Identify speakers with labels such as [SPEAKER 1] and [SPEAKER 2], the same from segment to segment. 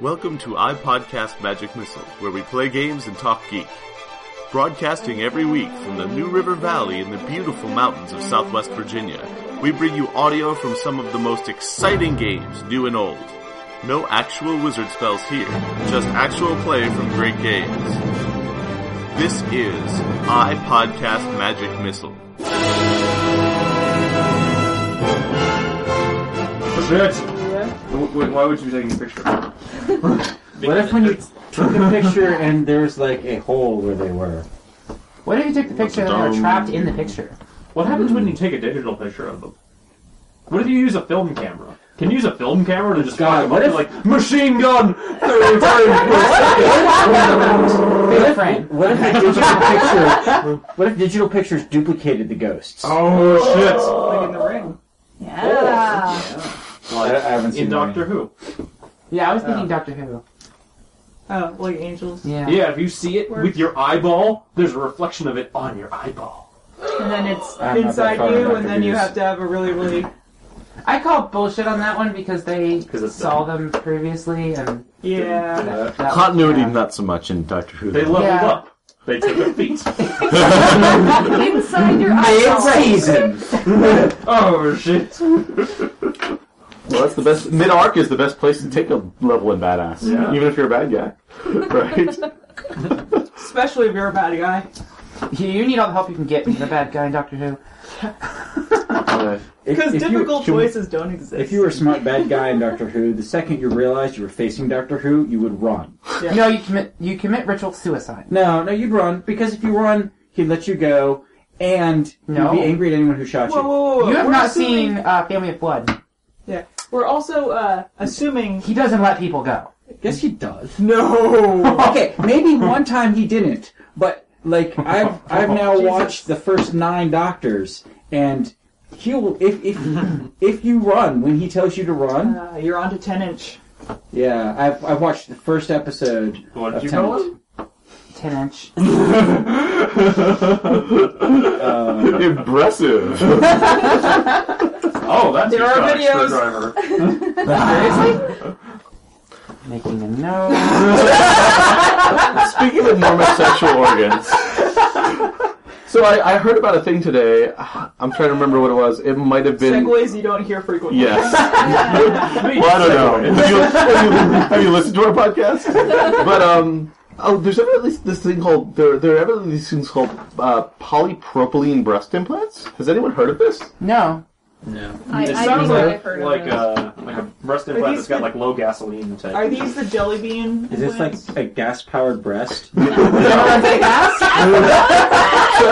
[SPEAKER 1] Welcome to iPodcast Magic Missile, where we play games and talk geek. Broadcasting every week from the New River Valley in the beautiful mountains of Southwest Virginia, we bring you audio from some of the most exciting games, new and old. No actual wizard spells here, just actual play from great games. This is iPodcast Magic Missile.
[SPEAKER 2] Why would you be taking a picture?
[SPEAKER 3] What if when you took the picture and there was like a hole where they were?
[SPEAKER 4] What if you took the picture and they were
[SPEAKER 1] dumb-
[SPEAKER 4] trapped in the picture?
[SPEAKER 2] What happens when you take a digital picture of them? What if you use a film camera? Can you use a film camera to just
[SPEAKER 3] God,
[SPEAKER 2] fuck
[SPEAKER 3] what
[SPEAKER 2] them
[SPEAKER 3] if-
[SPEAKER 2] up? You're like machine gun thirty frames per
[SPEAKER 4] Favorite frame.
[SPEAKER 3] What if the digital picture? What if digital pictures duplicated the ghosts?
[SPEAKER 2] Oh
[SPEAKER 5] Like in the ring. Oh,
[SPEAKER 6] Yeah.
[SPEAKER 2] shit! Like
[SPEAKER 3] I- I haven't seen
[SPEAKER 2] in
[SPEAKER 3] that
[SPEAKER 2] Doctor Who.
[SPEAKER 4] Yeah, I was thinking Doctor Who.
[SPEAKER 5] Oh, like angels.
[SPEAKER 4] Yeah.
[SPEAKER 2] Yeah, if you see it with your eyeball, there's a reflection of it on your eyeball.
[SPEAKER 5] And then it's
[SPEAKER 3] I'm not that
[SPEAKER 5] inside
[SPEAKER 3] far
[SPEAKER 5] you,
[SPEAKER 3] enough
[SPEAKER 5] and
[SPEAKER 3] to
[SPEAKER 5] then you
[SPEAKER 3] use-
[SPEAKER 5] have to have a really, really.
[SPEAKER 4] I call bullshit on that one because they
[SPEAKER 2] 'Cause it's
[SPEAKER 4] saw them previously and
[SPEAKER 5] Yeah.
[SPEAKER 4] that,
[SPEAKER 1] Continuity
[SPEAKER 4] yeah.
[SPEAKER 1] not so much in Doctor Who.
[SPEAKER 2] They leveled
[SPEAKER 4] Yeah.
[SPEAKER 2] up. They took their feet.
[SPEAKER 6] Inside your eyeball.
[SPEAKER 3] Mid-season.
[SPEAKER 2] oh shit!
[SPEAKER 7] Well, that's the best. Mid arc is the best place to take a level in badass,
[SPEAKER 2] Yeah.
[SPEAKER 7] even if you're a bad guy, right?
[SPEAKER 5] Especially if you're a bad guy.
[SPEAKER 4] You, you need all the help you can get from the bad guy in Doctor Who.
[SPEAKER 7] Uh,
[SPEAKER 3] If-
[SPEAKER 5] Because
[SPEAKER 3] if you-
[SPEAKER 5] difficult
[SPEAKER 3] can we-
[SPEAKER 5] choices don't exist.
[SPEAKER 3] If you were a smart bad guy in Doctor Who, the second you realized you were facing Doctor Who, you would run.
[SPEAKER 5] Yeah.
[SPEAKER 4] No, you commit you commit ritual suicide.
[SPEAKER 3] No, no, you'd run because if you run, he'd let you go, and
[SPEAKER 4] No.
[SPEAKER 3] you'd be angry at anyone who shot
[SPEAKER 5] Whoa,
[SPEAKER 3] you.
[SPEAKER 5] whoa, whoa, whoa.
[SPEAKER 4] You have
[SPEAKER 5] We're
[SPEAKER 4] not
[SPEAKER 5] assuming-
[SPEAKER 4] seen uh, Family of Blood.
[SPEAKER 5] Yeah. We're also uh, assuming.
[SPEAKER 4] He doesn't let people go.
[SPEAKER 3] Yes, he does.
[SPEAKER 5] No!
[SPEAKER 3] Okay, maybe one time he didn't, but like I've I've now watched the first nine Doctors, and he'll if if if you run when he tells you to run.
[SPEAKER 5] Uh, you're onto 10 inch.
[SPEAKER 3] Yeah, I've I've watched the first episode.
[SPEAKER 2] What did
[SPEAKER 3] of
[SPEAKER 2] you call
[SPEAKER 3] Tenet.
[SPEAKER 2] it?
[SPEAKER 4] Ten inch.
[SPEAKER 7] Impressive.
[SPEAKER 2] Oh, that's
[SPEAKER 5] There
[SPEAKER 2] your
[SPEAKER 5] are
[SPEAKER 2] shot,
[SPEAKER 5] videos.
[SPEAKER 2] screwdriver.
[SPEAKER 4] Seriously? Making a note.
[SPEAKER 7] Speaking of Mormon sexual organs, so I, I heard about a thing today. I'm trying to remember what it was. It might have been
[SPEAKER 5] Segues you don't hear frequently.
[SPEAKER 7] yes.
[SPEAKER 2] Me,
[SPEAKER 7] Well, I don't know.
[SPEAKER 2] Segway.
[SPEAKER 7] Have you, have you, have you listened to our podcast? But um, oh, there's evidently this thing called there. There are evidently these things called uh, polypropylene breast implants. Has anyone heard of this?
[SPEAKER 4] No.
[SPEAKER 6] I,
[SPEAKER 2] It
[SPEAKER 6] I
[SPEAKER 2] sounds
[SPEAKER 6] think
[SPEAKER 2] like
[SPEAKER 6] I've heard
[SPEAKER 2] like
[SPEAKER 6] of it.
[SPEAKER 2] a like a breast implant that's got like low gasoline tank.
[SPEAKER 5] Are these the jelly bean?
[SPEAKER 3] Is this
[SPEAKER 5] implants?
[SPEAKER 3] like a gas powered breast?
[SPEAKER 7] So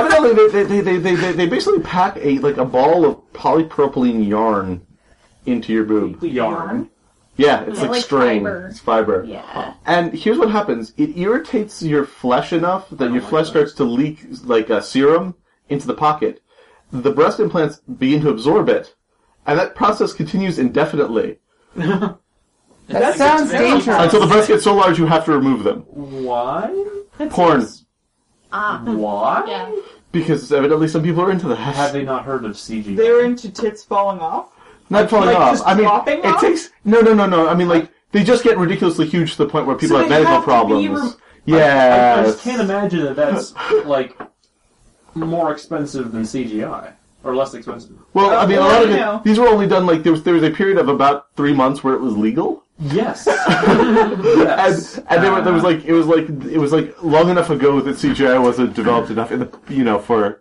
[SPEAKER 7] evidently, they they, they, they, they they basically pack a like a ball of polypropylene yarn into your boob.
[SPEAKER 2] yarn?
[SPEAKER 7] Yeah, it's
[SPEAKER 6] Yeah,
[SPEAKER 7] like,
[SPEAKER 6] like
[SPEAKER 7] string.
[SPEAKER 6] fiber.
[SPEAKER 7] It's fiber.
[SPEAKER 6] Yeah.
[SPEAKER 7] And here's what happens: it irritates your flesh enough that your flesh starts to leak like a serum into the pocket. The breast implants begin to absorb it, and that process continues indefinitely
[SPEAKER 4] That sounds dangerous.
[SPEAKER 7] until the breasts get so large you have to remove them.
[SPEAKER 2] Why?
[SPEAKER 7] Porn,
[SPEAKER 6] Ah.
[SPEAKER 2] Why?
[SPEAKER 6] Yeah.
[SPEAKER 7] because evidently some people are into that.
[SPEAKER 2] Have they not heard of CG?
[SPEAKER 5] They're into tits falling off?
[SPEAKER 7] Not falling
[SPEAKER 5] Like,
[SPEAKER 7] off.
[SPEAKER 5] just
[SPEAKER 7] I mean,
[SPEAKER 5] dropping
[SPEAKER 7] it
[SPEAKER 5] off?
[SPEAKER 7] takes no, no, no, no. I mean, like they just get ridiculously huge to the point where people
[SPEAKER 5] So
[SPEAKER 7] have
[SPEAKER 5] they
[SPEAKER 7] medical
[SPEAKER 5] have to be
[SPEAKER 7] problems.
[SPEAKER 5] rem-
[SPEAKER 7] yes.
[SPEAKER 2] I just can't imagine that that's like more expensive than CGI or less expensive.
[SPEAKER 7] well, Oh, I mean, a lot of
[SPEAKER 5] you
[SPEAKER 7] it,
[SPEAKER 5] know.
[SPEAKER 7] these were only done like there was there was a period of about three months where it was legal,
[SPEAKER 2] Yes.
[SPEAKER 7] and
[SPEAKER 2] yes.
[SPEAKER 7] and there, were, there was like it was like it was like long enough ago that CGI wasn't developed enough in the you know for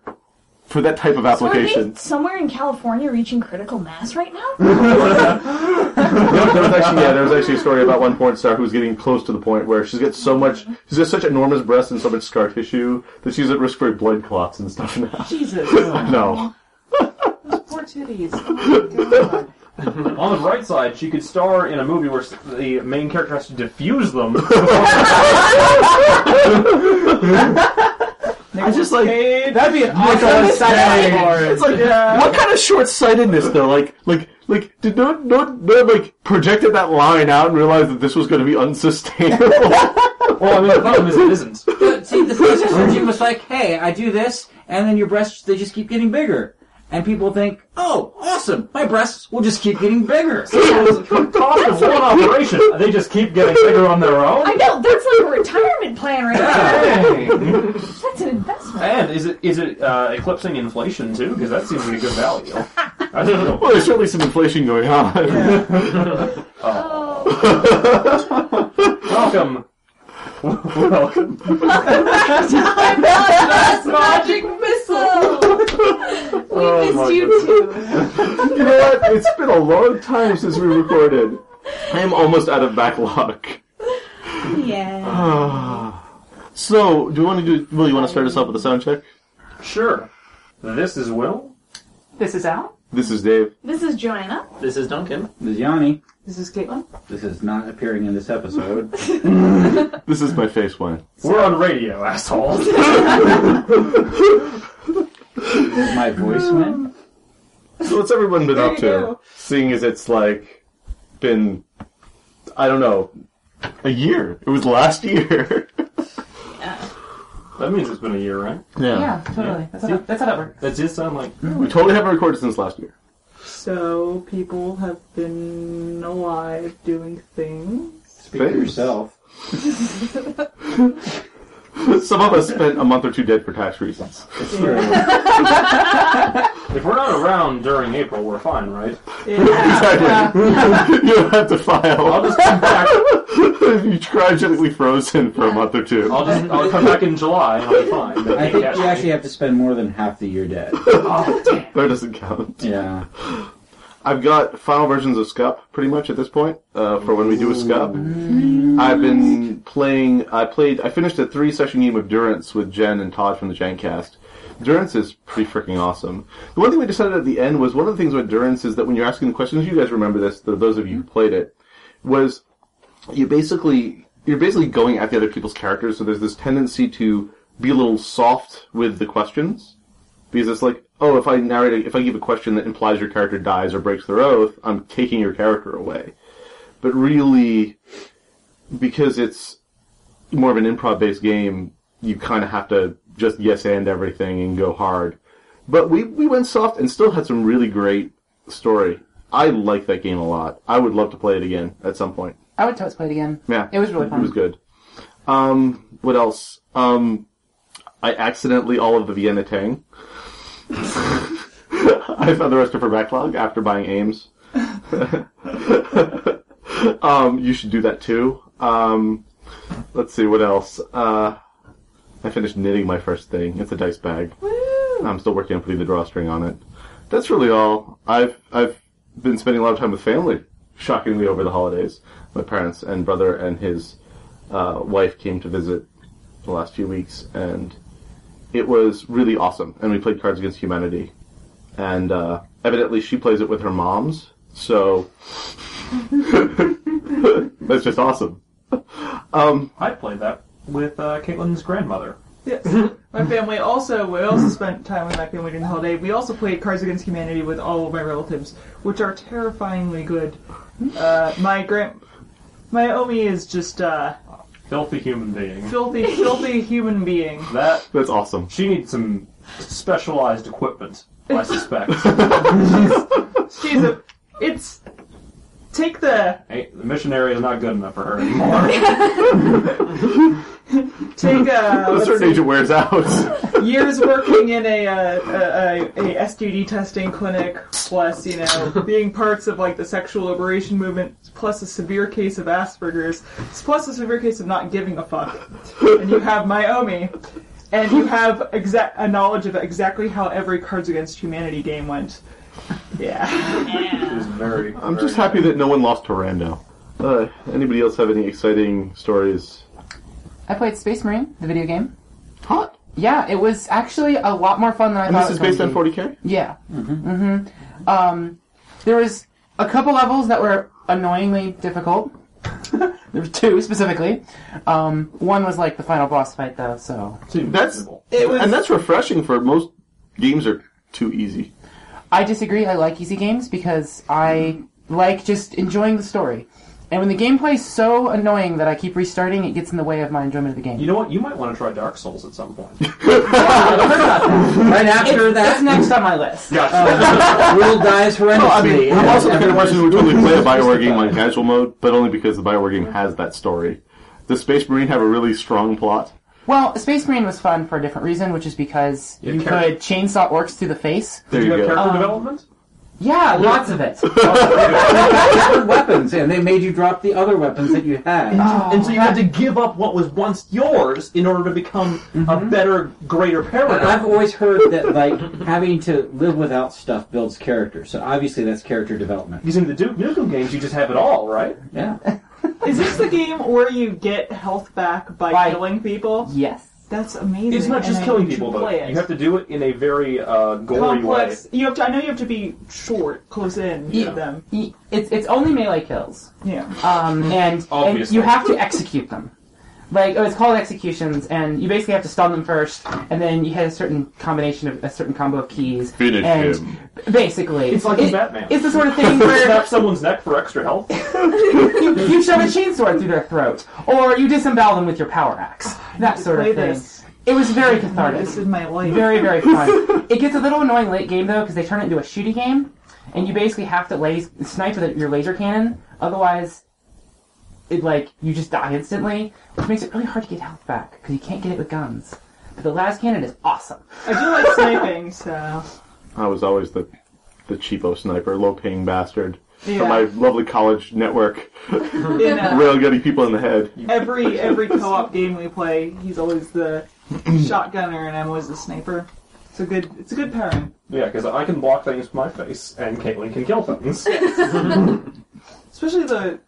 [SPEAKER 7] for that type of
[SPEAKER 6] So are they
[SPEAKER 7] application.
[SPEAKER 6] somewhere in California reaching critical mass right now?
[SPEAKER 7] there was actually yeah, there was actually a story about one porn star who was getting close to the point where she's got so much she's got such enormous breasts and so much scar tissue that she's at risk for blood clots and stuff now.
[SPEAKER 5] Jesus.
[SPEAKER 7] No.
[SPEAKER 5] Poor titties. Oh my God.
[SPEAKER 2] On the bright side, she could star in a movie where s- the main character has to diffuse them. That'd
[SPEAKER 7] I just like
[SPEAKER 2] be an
[SPEAKER 7] it's like what kind of short sightedness though? Like like like did no no no one, like projected that line out and realized that this was gonna be unsustainable.
[SPEAKER 2] Well, I mean, the problem is it isn't.
[SPEAKER 3] See, the plastic surgeon was like, "Hey, I do this, and then your breasts they just keep getting bigger." and people think, oh, awesome, my breasts will just keep getting bigger.
[SPEAKER 2] Cost of one operation. They just keep getting bigger on their own.
[SPEAKER 6] I know that's like a retirement plan right there.
[SPEAKER 4] Hey.
[SPEAKER 6] That's an investment.
[SPEAKER 2] And is it is it uh, eclipsing inflation too? Because that seems like a good value. I don't know.
[SPEAKER 7] Well, there's certainly some inflation going on.
[SPEAKER 6] Oh,
[SPEAKER 2] Welcome. Welcome.
[SPEAKER 5] That's magic missile.
[SPEAKER 7] Oh, my goodness. you know what? It's been a long time since we recorded. I am almost out of backlog.
[SPEAKER 6] yeah.
[SPEAKER 7] So, do you want to do? Will you want to start us off with a sound check?
[SPEAKER 2] Sure. This is Will.
[SPEAKER 5] This is Al.
[SPEAKER 7] This is Dave.
[SPEAKER 6] This is Joanna.
[SPEAKER 2] This is Duncan.
[SPEAKER 3] This is Yanni.
[SPEAKER 5] This is Caitlin.
[SPEAKER 3] This is not appearing in this episode.
[SPEAKER 7] This is my face wine.
[SPEAKER 2] We're on radio, assholes.
[SPEAKER 3] Is my voice went?
[SPEAKER 7] So, what's everyone been up to? Seeing as it's like been, I don't know, a year. It was last year.
[SPEAKER 2] that means it's been a year, right?
[SPEAKER 7] yeah.
[SPEAKER 4] Yeah, totally. That's how, that's how that works.
[SPEAKER 2] That did sound like.
[SPEAKER 7] We totally haven't recorded since last year.
[SPEAKER 5] So people have been alive doing things.
[SPEAKER 3] Speak for yourself.
[SPEAKER 7] Some of us spent a month or two dead for tax reasons.
[SPEAKER 2] If we're not around during April, we're fine, right?
[SPEAKER 5] Yeah.
[SPEAKER 7] Exactly. you don't have to
[SPEAKER 2] I'll
[SPEAKER 7] file.
[SPEAKER 2] just come back.
[SPEAKER 7] you gradually frozen for a month or two.
[SPEAKER 2] I'll just I'll come back in July and I'll be fine.
[SPEAKER 3] I think you actually have to spend more than half the year dead.
[SPEAKER 7] That doesn't count.
[SPEAKER 3] Yeah.
[SPEAKER 7] I've got final versions of Scup pretty much at this point uh, for when we do a Scup. I've been playing. I played. I finished a three session game of Durance with Jen and Todd from the Gencast. Durance is pretty freaking awesome. The one thing we decided at the end was one of the things with Durance is that when you're asking the questions, you guys remember this. th- Those of you who played it was you basically you're basically going at the other people's characters. So there's this tendency to be a little soft with the questions because it's like, oh, if I narrate, a, if I give a question that implies your character dies or breaks their oath, I'm taking your character away. But really, because it's more of an improv-based game, you kind of have to just yes and everything and go hard. But we we went soft and still had some really great story. I like that game a lot. I would love to play it again at some point.
[SPEAKER 4] I would totes play it again.
[SPEAKER 7] Yeah,
[SPEAKER 4] It was really
[SPEAKER 7] It
[SPEAKER 4] fun.
[SPEAKER 7] was good. Um, what else? Um, I accidentally all of the Vienna Tang. I found the rest of her backlog after buying Ames. um, you should do that too. Um, let's see what else. Uh, I finished knitting my first thing. It's a dice bag. I'm still working on putting the drawstring on it. That's really all. I've I've been spending a lot of time with family, shockingly over the holidays. My parents and brother and his uh, wife came to visit the last few weeks, and it was really awesome. And we played Cards Against Humanity, and uh, evidently she plays it with her moms, so that's just awesome.
[SPEAKER 2] I played that with uh, Caitlin's grandmother.
[SPEAKER 5] Yes. My family also, we also spent time with my family during the holiday. We also played Cards Against Humanity with all of my relatives, which are terrifyingly good. Uh, my grand, my Omi is just a
[SPEAKER 2] Filthy human being.
[SPEAKER 5] filthy, filthy human being.
[SPEAKER 2] That
[SPEAKER 7] That's awesome.
[SPEAKER 2] she needs some specialized equipment, I suspect.
[SPEAKER 5] She's a, it's, take the,
[SPEAKER 2] hey, the missionary is not good enough for her anymore.
[SPEAKER 5] take uh, a,
[SPEAKER 7] At a
[SPEAKER 5] let's
[SPEAKER 7] certain
[SPEAKER 5] see,
[SPEAKER 7] age, it wears out.
[SPEAKER 5] years working in a, uh, a, a, a STD testing clinic, plus, you know, being parts of, like, the sexual liberation movement, plus a severe case of Asperger's, plus a severe case of not giving a fuck. And you have Myomi, and you have exact a knowledge of exactly how every Cards Against Humanity game went. Yeah.
[SPEAKER 2] She's very.
[SPEAKER 7] I'm just happy that no one lost to Rando. Uh, anybody else have any exciting stories?
[SPEAKER 4] I played Space Marine, the video game.
[SPEAKER 7] Hot.
[SPEAKER 4] Yeah, it was actually a lot more fun than I
[SPEAKER 7] And
[SPEAKER 4] thought.
[SPEAKER 7] this
[SPEAKER 4] it
[SPEAKER 7] is
[SPEAKER 4] was
[SPEAKER 7] based
[SPEAKER 4] gonna
[SPEAKER 7] on
[SPEAKER 4] be.
[SPEAKER 7] 40k.
[SPEAKER 4] Yeah. Mm-hmm. Um, there was a couple levels that were annoyingly difficult. there were two specifically. Um, one was like the final boss fight, though. So
[SPEAKER 2] Seems
[SPEAKER 7] That's-
[SPEAKER 2] reasonable.
[SPEAKER 5] It was,
[SPEAKER 7] and that's refreshing for most games are too easy.
[SPEAKER 4] I disagree. I like easy games because I like just enjoying the story. And when the gameplay's so annoying that I keep restarting, it gets in the way of my enjoyment of the game.
[SPEAKER 2] You know what? You might want to try Dark Souls at some point.
[SPEAKER 3] Right after
[SPEAKER 4] That's
[SPEAKER 3] that,
[SPEAKER 4] next on my list.
[SPEAKER 3] Will dies horrendously.
[SPEAKER 7] Well, I mean, I'm
[SPEAKER 3] and
[SPEAKER 7] also the kind of
[SPEAKER 3] everyone
[SPEAKER 7] person who would
[SPEAKER 3] just-
[SPEAKER 7] totally play a Bioware game on casual mode, but only because the Bioware game has that story. Does Space Marine have a really strong plot?
[SPEAKER 4] Well, Space Marine was fun for a different reason, which is because you
[SPEAKER 2] character-
[SPEAKER 4] could chainsaw orcs through the face.
[SPEAKER 7] There
[SPEAKER 2] Do you
[SPEAKER 7] you,
[SPEAKER 2] have
[SPEAKER 7] go.
[SPEAKER 2] character
[SPEAKER 3] Um,
[SPEAKER 2] development?
[SPEAKER 4] Yeah, lots of it.
[SPEAKER 3] different weapons, and they made you drop the other weapons that you had.
[SPEAKER 2] and so you had to give up what was once yours in order to become a better, greater
[SPEAKER 3] But
[SPEAKER 2] paragon.
[SPEAKER 3] I've always heard that like having to live without stuff builds character. So obviously that's character development.
[SPEAKER 2] Because in the Duke Nukem games, you just have it all, right?
[SPEAKER 3] Yeah.
[SPEAKER 5] Is this the game where you get health back by
[SPEAKER 4] Right.
[SPEAKER 5] killing people?
[SPEAKER 4] yes.
[SPEAKER 5] That's amazing.
[SPEAKER 2] It's not
[SPEAKER 5] and
[SPEAKER 2] just
[SPEAKER 5] I
[SPEAKER 2] killing
[SPEAKER 5] need to
[SPEAKER 2] people, though.
[SPEAKER 5] play it.
[SPEAKER 2] You have to do it in a very uh, gory
[SPEAKER 5] complex. You have to. I know you have to be short, close in
[SPEAKER 4] Yeah.
[SPEAKER 5] to them.
[SPEAKER 4] Y- It's it's only melee kills.
[SPEAKER 5] Yeah.
[SPEAKER 4] um, and, and
[SPEAKER 2] Obviously.
[SPEAKER 4] you have to execute them. Like oh, it's called executions, and you basically have to stun them first, and then you hit a certain combination of a certain combo of keys.
[SPEAKER 7] Finish
[SPEAKER 4] and
[SPEAKER 7] him.
[SPEAKER 4] Basically,
[SPEAKER 2] It's like in Batman.
[SPEAKER 4] It's the sort of thing
[SPEAKER 2] way.
[SPEAKER 4] where
[SPEAKER 2] Snap someone's neck for extra health.
[SPEAKER 4] you, you shove a chainsaw through their throat, or you disembowel them with your power axe.
[SPEAKER 2] Ah,
[SPEAKER 4] That sort
[SPEAKER 5] play
[SPEAKER 4] of thing.
[SPEAKER 5] this.
[SPEAKER 4] It was very cathartic.
[SPEAKER 5] This is my life.
[SPEAKER 4] Very, very fun. it gets a little annoying late game though because they turn it into a shooty game, and you basically have to laze, snipe with your laser cannon. Otherwise, it like you just die instantly, which makes it really hard to get health back because you can't get it with guns. But the last cannon is awesome.
[SPEAKER 5] I do like sniping, so
[SPEAKER 7] I was always the the cheapo sniper, low paying bastard.
[SPEAKER 5] yeah.
[SPEAKER 7] From my lovely college network,
[SPEAKER 5] In, uh,
[SPEAKER 7] railgunning people in the head.
[SPEAKER 5] every every co-op game we play, he's always the shotgunner, and I'm always the sniper. It's a good it's a good pairing.
[SPEAKER 2] Yeah, because I can block things with my face, and Caitlyn can kill things.
[SPEAKER 5] Especially the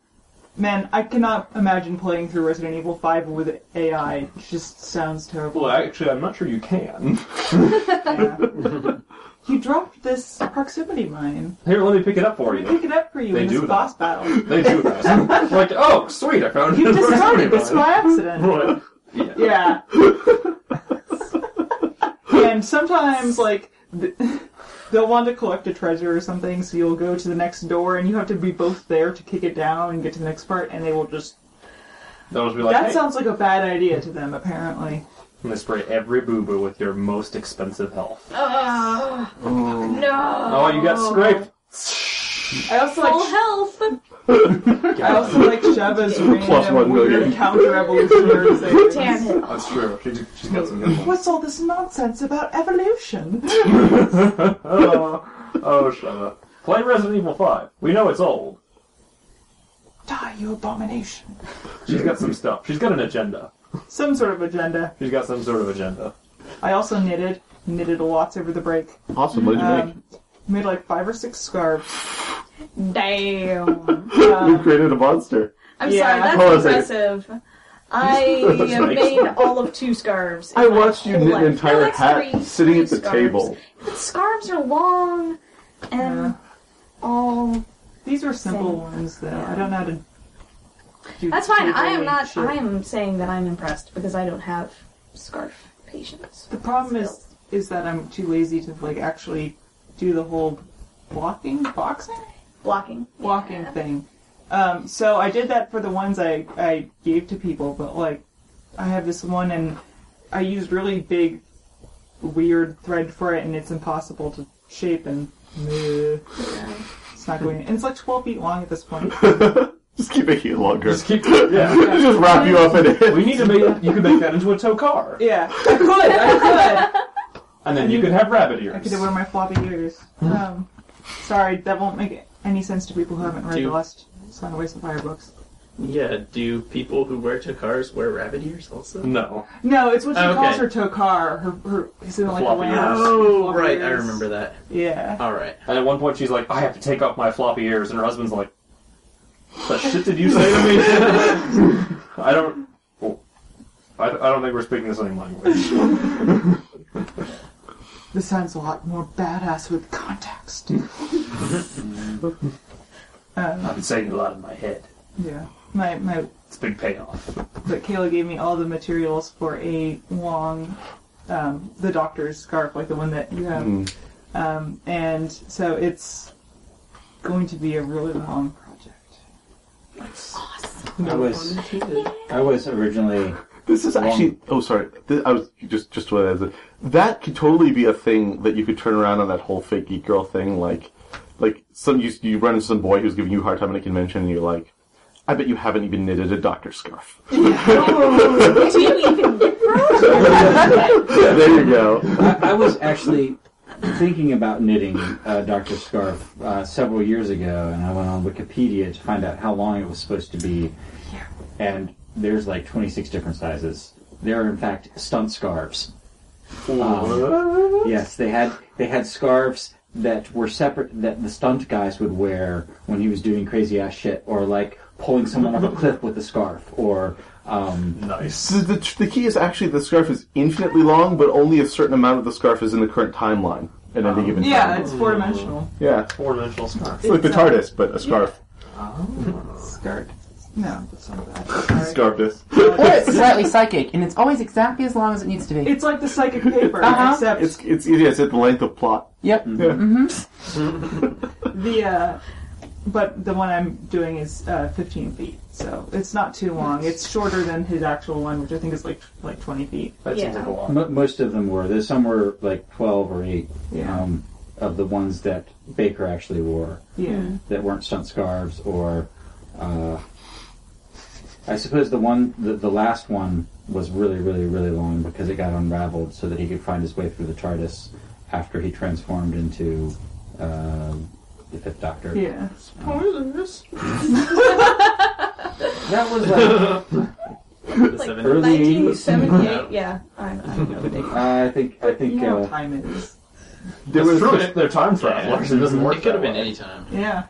[SPEAKER 5] man. I cannot imagine playing through Resident Evil Five with AI. It just sounds terrible.
[SPEAKER 2] well, actually, I'm not sure you can.
[SPEAKER 5] Yeah. you dropped this proximity mine.
[SPEAKER 2] Here, let me pick it up for
[SPEAKER 5] Let me
[SPEAKER 2] you.
[SPEAKER 5] pick it up for you
[SPEAKER 2] They
[SPEAKER 5] in this
[SPEAKER 2] do that.
[SPEAKER 5] boss battle.
[SPEAKER 2] They do that. like, oh, sweet, I found
[SPEAKER 5] You
[SPEAKER 2] it.
[SPEAKER 5] discarded this by accident.
[SPEAKER 2] Right.
[SPEAKER 5] Yeah. and sometimes, like, th- they'll want to collect a treasure or something, so you'll go to the next door, and you have to be both there to kick it down and get to the next part, and they will just.
[SPEAKER 2] They'll just be like,
[SPEAKER 5] that
[SPEAKER 2] hey,
[SPEAKER 5] sounds like a bad idea to them, apparently.
[SPEAKER 2] I'm gonna spray every boo-boo with your most expensive health.
[SPEAKER 6] Oh, no.
[SPEAKER 2] Oh, you got scraped.
[SPEAKER 5] I also
[SPEAKER 6] Full
[SPEAKER 5] like.
[SPEAKER 6] health.
[SPEAKER 5] I also like Sheva's random
[SPEAKER 7] Plus one
[SPEAKER 5] weird
[SPEAKER 7] million.
[SPEAKER 5] counter-evolutionary things.
[SPEAKER 6] Damn it.
[SPEAKER 2] That's true. She, she's got some good ones.
[SPEAKER 5] What's all this nonsense about evolution?
[SPEAKER 2] oh, oh, shut up. Play Resident Evil 5. We know it's old.
[SPEAKER 5] Die, you abomination!
[SPEAKER 2] She's got some stuff. She's got an agenda.
[SPEAKER 5] Some sort of agenda.
[SPEAKER 2] She's got some sort of agenda.
[SPEAKER 5] I also knitted, knitted a lot over the break.
[SPEAKER 7] Awesome, what did you
[SPEAKER 5] Um, made like five or six scarves.
[SPEAKER 6] Damn.
[SPEAKER 7] make? we created a monster.
[SPEAKER 6] I'm
[SPEAKER 5] Yeah.
[SPEAKER 6] sorry,
[SPEAKER 7] Hold on a
[SPEAKER 6] that's impressive. I
[SPEAKER 7] nice.
[SPEAKER 6] made all of two scarves. in
[SPEAKER 7] I
[SPEAKER 6] my
[SPEAKER 7] watched you
[SPEAKER 6] whole
[SPEAKER 7] knit an
[SPEAKER 6] life. No,
[SPEAKER 7] entire
[SPEAKER 6] that's
[SPEAKER 7] hat
[SPEAKER 6] three-
[SPEAKER 7] sitting
[SPEAKER 6] three
[SPEAKER 7] at the
[SPEAKER 6] scarves.
[SPEAKER 7] table.
[SPEAKER 6] But scarves are long and all.
[SPEAKER 5] These were simple
[SPEAKER 6] Same.
[SPEAKER 5] ones though. I don't know how to. Do
[SPEAKER 6] That's fine. I
[SPEAKER 5] jewelry
[SPEAKER 6] am
[SPEAKER 5] and
[SPEAKER 6] not.
[SPEAKER 5] shit.
[SPEAKER 6] I am saying that I'm impressed because I don't have scarf patience.
[SPEAKER 5] The problem is, is that I'm too lazy to like actually do the whole blocking, boxing,
[SPEAKER 6] Blocking.
[SPEAKER 5] blocking thing. Um, so I did that for the ones I I gave to people, but like, I have this one and I used really big, weird thread for it, and it's impossible to shape and. meh. It's not going. And it's like 12 feet long at this point.
[SPEAKER 7] Just keep making it longer.
[SPEAKER 2] Just keep. Yeah.
[SPEAKER 7] Just wrap you up in it.
[SPEAKER 2] We need to make. You could make that into a tow car.
[SPEAKER 5] Yeah, I could, I could.
[SPEAKER 2] And then you could have rabbit ears.
[SPEAKER 5] I could have wear my floppy ears. Um, sorry, that won't make any sense to people who haven't read
[SPEAKER 8] Do-
[SPEAKER 5] the last Song of Ice and Fire books.
[SPEAKER 8] Yeah, do people who wear tokars wear rabbit ears also?
[SPEAKER 2] No.
[SPEAKER 5] No, it's what she
[SPEAKER 8] Okay.
[SPEAKER 5] calls her tokar. Her, her, is it like a
[SPEAKER 2] Floppy
[SPEAKER 5] lamp?
[SPEAKER 2] ears.
[SPEAKER 8] Oh,
[SPEAKER 5] Floppy
[SPEAKER 8] right, I
[SPEAKER 5] ears.
[SPEAKER 8] remember that.
[SPEAKER 5] Yeah.
[SPEAKER 8] All right.
[SPEAKER 2] And at one point, she's like, "I have to take off my floppy ears," and her husband's like, "The shit did you say to me?" I don't. oh. I, I don't think we're speaking the same language.
[SPEAKER 5] This sounds a lot more badass with context. um,
[SPEAKER 2] I've been saying it a lot in my head.
[SPEAKER 5] yeah. My, my,
[SPEAKER 2] It's a big payoff.
[SPEAKER 5] but Kayla gave me all the materials for a long, um, the doctor's scarf, like the one that you have. Um, and so it's going to be a really long project.
[SPEAKER 3] I was I was originally
[SPEAKER 7] This is actually. Oh, sorry. Th I was just just what I was. That could totally be a thing that you could turn around on that whole fake geek girl thing. Like, like some you you run into some boy who's giving you a hard time at a convention, and you're like, I bet you haven't even knitted a doctor scarf.
[SPEAKER 6] Do you even get those?
[SPEAKER 7] there you go.
[SPEAKER 3] I, I was actually thinking about knitting uh, Dr. Scarf uh, several years ago, and I went on Wikipedia to find out how long it was supposed to be. And there's like 26 different sizes. There are in fact stunt scarves. Um, yes, they had they had scarves that were separate that the stunt guys would wear when he was doing crazy ass shit, or like pulling someone off a cliff with a scarf, or um,
[SPEAKER 2] Nice.
[SPEAKER 7] So the tr- the key is actually the scarf is infinitely long, but only a certain amount of the scarf is in the current timeline at any given
[SPEAKER 5] Yeah,
[SPEAKER 7] time.
[SPEAKER 5] it's four dimensional.
[SPEAKER 7] Yeah, it's
[SPEAKER 2] Oh. Four dimensional scarf.
[SPEAKER 7] like the TARDIS, but a scarf.
[SPEAKER 4] Skirt.
[SPEAKER 5] No, that's not bad.
[SPEAKER 7] Scarfdis.
[SPEAKER 4] Or it's slightly psychic, and it's always exactly as long as it needs to be.
[SPEAKER 5] It's like the psychic paper,
[SPEAKER 4] Uh-huh.
[SPEAKER 5] except
[SPEAKER 7] It's it's yeah, it's at the length of plot.
[SPEAKER 4] Yep.
[SPEAKER 5] the. Uh, but the one I'm doing is uh, 15 feet, so it's not too long. It's shorter than his actual one, which I think is like like 20 feet.
[SPEAKER 2] That seems like a lot.
[SPEAKER 3] Mo most of them were. There's some were like twelve or eight
[SPEAKER 5] Yeah.
[SPEAKER 3] um, of the ones that Baker actually wore
[SPEAKER 5] Yeah.
[SPEAKER 3] that weren't stunt scarves or. Uh, I suppose the one, the, the last one was really, really, really long because it got unraveled so that he could find his way through the TARDIS after he transformed into uh, the Fifth Doctor.
[SPEAKER 5] Yeah.
[SPEAKER 3] That was uh, like
[SPEAKER 8] The seven-
[SPEAKER 3] early '80s.
[SPEAKER 6] 1978. Yeah, I, I know the date.
[SPEAKER 3] I think. I think.
[SPEAKER 5] You know
[SPEAKER 3] uh,
[SPEAKER 5] what time it is.
[SPEAKER 2] There was true. They're time travelers. It doesn't work.
[SPEAKER 8] It could have
[SPEAKER 2] that
[SPEAKER 8] been
[SPEAKER 2] way.
[SPEAKER 8] any time.
[SPEAKER 5] Yeah.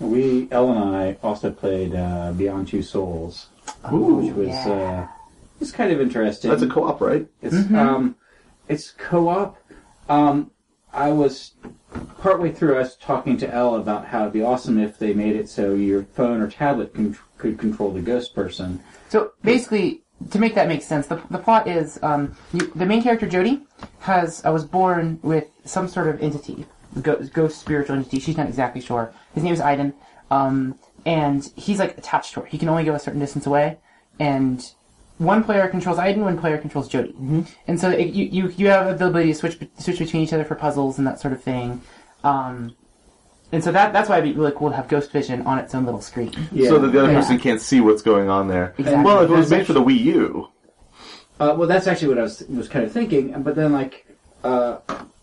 [SPEAKER 3] We, Elle and I, also played uh, Beyond Two Souls, which was uh, it's kind of interesting.
[SPEAKER 7] That's a Mm-hmm. co-op, right?
[SPEAKER 3] it's um, it's co-op. Um, I was partway through us talking to Elle about how it'd be awesome if they made it so your phone or tablet con- could control the ghost person.
[SPEAKER 4] So basically, to make that make sense, the, the plot is um, you, the main character Jody has uh, was born with some sort of entity, ghost, ghost spiritual entity. She's not exactly sure. His name is Iden, um, and he's like attached to her. He can only go a certain distance away, and one player controls Iden, one player controls Jody, mm-hmm. and so it, you, you you have the ability to switch be- switch between each other for puzzles and that sort of thing. Um, and so that that's why it'd be really cool to have Ghost Vision on its own little screen.
[SPEAKER 3] Yeah.
[SPEAKER 7] So that the other
[SPEAKER 4] Yeah.
[SPEAKER 7] person can't see what's going on there.
[SPEAKER 4] Exactly.
[SPEAKER 7] Well, if it was
[SPEAKER 3] That's
[SPEAKER 7] made for the Wii U,
[SPEAKER 3] uh, well, that's actually what I was was kind of thinking. But then, like uh,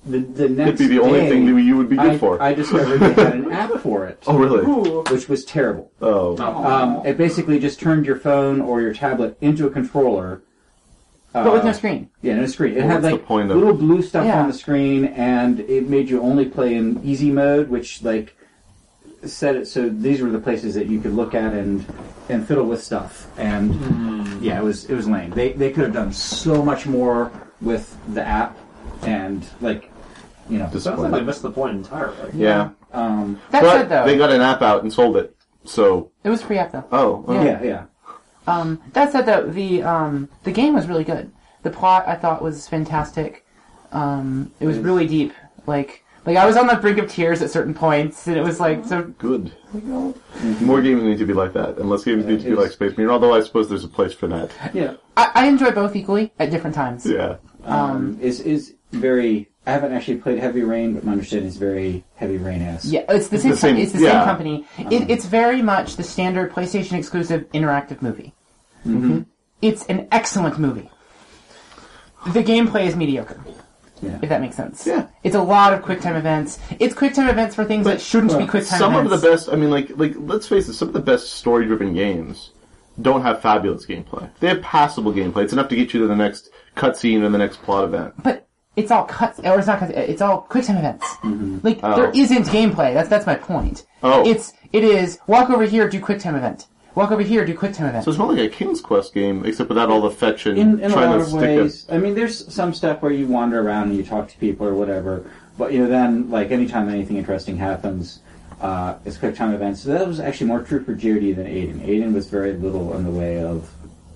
[SPEAKER 3] the the
[SPEAKER 7] it'd
[SPEAKER 3] next
[SPEAKER 7] be the only
[SPEAKER 3] day,
[SPEAKER 7] thing the Wii U would be good
[SPEAKER 3] I,
[SPEAKER 7] for.
[SPEAKER 3] I discovered they had an app for it,
[SPEAKER 7] oh, really?
[SPEAKER 5] Ooh.
[SPEAKER 3] which was terrible.
[SPEAKER 7] Oh.
[SPEAKER 3] Um, it basically just turned your phone or your tablet into a controller. Uh,
[SPEAKER 4] But with no screen.
[SPEAKER 3] Yeah, no screen. It
[SPEAKER 7] Well,
[SPEAKER 3] had
[SPEAKER 7] what's
[SPEAKER 3] like
[SPEAKER 7] the point of-
[SPEAKER 3] little blue stuff
[SPEAKER 4] Yeah.
[SPEAKER 3] on the screen, and it made you only play in easy mode, which like set it so these were the places that you could look at and and fiddle with stuff. And
[SPEAKER 7] Hmm.
[SPEAKER 3] yeah, it was it was lame. They they could have done so much more with the app, and like you know,
[SPEAKER 7] Just-
[SPEAKER 2] Sounds like they missed the point entirely.
[SPEAKER 7] Yeah.
[SPEAKER 3] um,
[SPEAKER 4] That
[SPEAKER 7] But
[SPEAKER 4] said, though,
[SPEAKER 7] they got an app out and sold it. So,
[SPEAKER 4] it was free app though.
[SPEAKER 7] oh. oh.
[SPEAKER 3] yeah, yeah.
[SPEAKER 4] Um, that said, though, the um, the game was really good. The plot I thought was fantastic. Um, it was really deep. Like like I was on the brink of tears at certain points, and it was like so.
[SPEAKER 7] Good. More games need to be like that, and less games need to be
[SPEAKER 3] it's-
[SPEAKER 7] like Space Marine, although I suppose there's a place for that.
[SPEAKER 3] yeah.
[SPEAKER 4] I, I enjoy both equally at different times.
[SPEAKER 7] Yeah.
[SPEAKER 3] um, is is very. I haven't actually played Heavy Rain, but my understanding is very Heavy Rain esque.
[SPEAKER 4] Yeah, it's the same.
[SPEAKER 7] the same-
[SPEAKER 4] it's the
[SPEAKER 7] yeah. Uh-huh.
[SPEAKER 4] same company. It, it's very much the standard PlayStation exclusive interactive movie.
[SPEAKER 7] Mm-hmm.
[SPEAKER 4] It's an excellent movie. The gameplay is mediocre.
[SPEAKER 3] Yeah.
[SPEAKER 4] If that makes sense.
[SPEAKER 7] Yeah.
[SPEAKER 4] It's a lot of quick time events. It's quick time events for things that shouldn't be quick time
[SPEAKER 7] Some of
[SPEAKER 4] events.
[SPEAKER 7] the best, I mean, like, like let's face it, some of the best story driven games don't have fabulous gameplay. They have passable gameplay. It's enough to get you to the next cutscene or the next plot event.
[SPEAKER 4] But it's all cuts, or it's not cuts. It's all quick time events. Like there isn't gameplay. That's that's my point.
[SPEAKER 7] Mm-hmm. Oh.
[SPEAKER 4] it's it is walk over here, do quick time event. Walk over here, do quick time event.
[SPEAKER 7] So it's more like a King's Quest game, except without all the fetch and
[SPEAKER 3] in, in a
[SPEAKER 7] trying
[SPEAKER 3] lot
[SPEAKER 7] to
[SPEAKER 3] of
[SPEAKER 7] stick
[SPEAKER 3] ways. I mean, there's some stuff where you wander around and you talk to people or whatever, but you know, then like anytime anything interesting happens, uh, it's quick time events. So that was actually more true for Jody than Aiden. Aiden was very little in the way of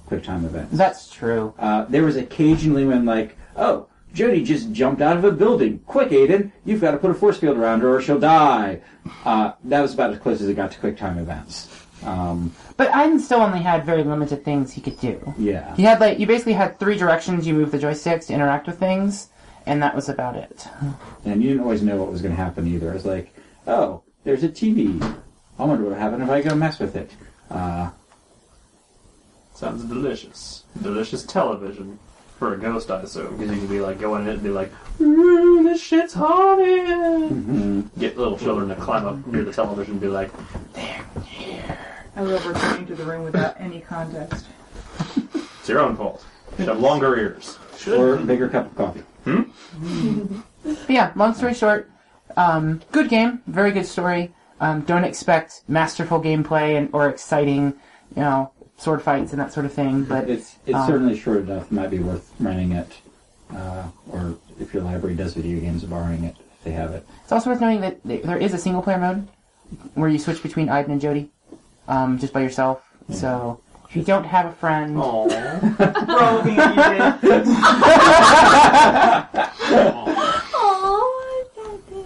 [SPEAKER 3] quick time events.
[SPEAKER 4] that's true.
[SPEAKER 3] Uh, there was occasionally when like, oh, Jody just jumped out of a building. Quick, Aiden, you've got to put a force field around her or she'll die. Uh, that was about as close as it got to quick time events. Um,
[SPEAKER 4] But Aiden still only had very limited things he could do.
[SPEAKER 3] yeah.
[SPEAKER 4] He had like you basically had three directions you moved the joysticks to interact with things, and that was about it.
[SPEAKER 3] And you didn't always know what was going to happen either. It was like, oh, there's a TV. I wonder what would happen if I go mess with it. Uh,
[SPEAKER 2] Sounds delicious. Delicious television. For a ghost, I assume. Because you could be like, going in it and be like, Ooh, this shit's hot in.
[SPEAKER 3] mhm.
[SPEAKER 2] Get little children to climb up near the television and be like,
[SPEAKER 5] I love returning to the room without any context.
[SPEAKER 2] it's your own fault. You should have longer ears.
[SPEAKER 3] Or a bigger cup of coffee.
[SPEAKER 4] But yeah, long story short, um, good game, very good story. Um, don't expect masterful gameplay and or exciting, you know, sword fights and that sort of thing. But
[SPEAKER 3] It's it's
[SPEAKER 4] Um,
[SPEAKER 3] certainly short enough. Might be worth renting it, uh, or if your library does video games, borrowing it if they have it.
[SPEAKER 4] It's also worth noting that th- there is a single player mode where you switch between Aiden and Jody, um, just by yourself. So if you don't have a friend,
[SPEAKER 2] Aww.
[SPEAKER 5] Bro, being eaten.
[SPEAKER 6] Oh, I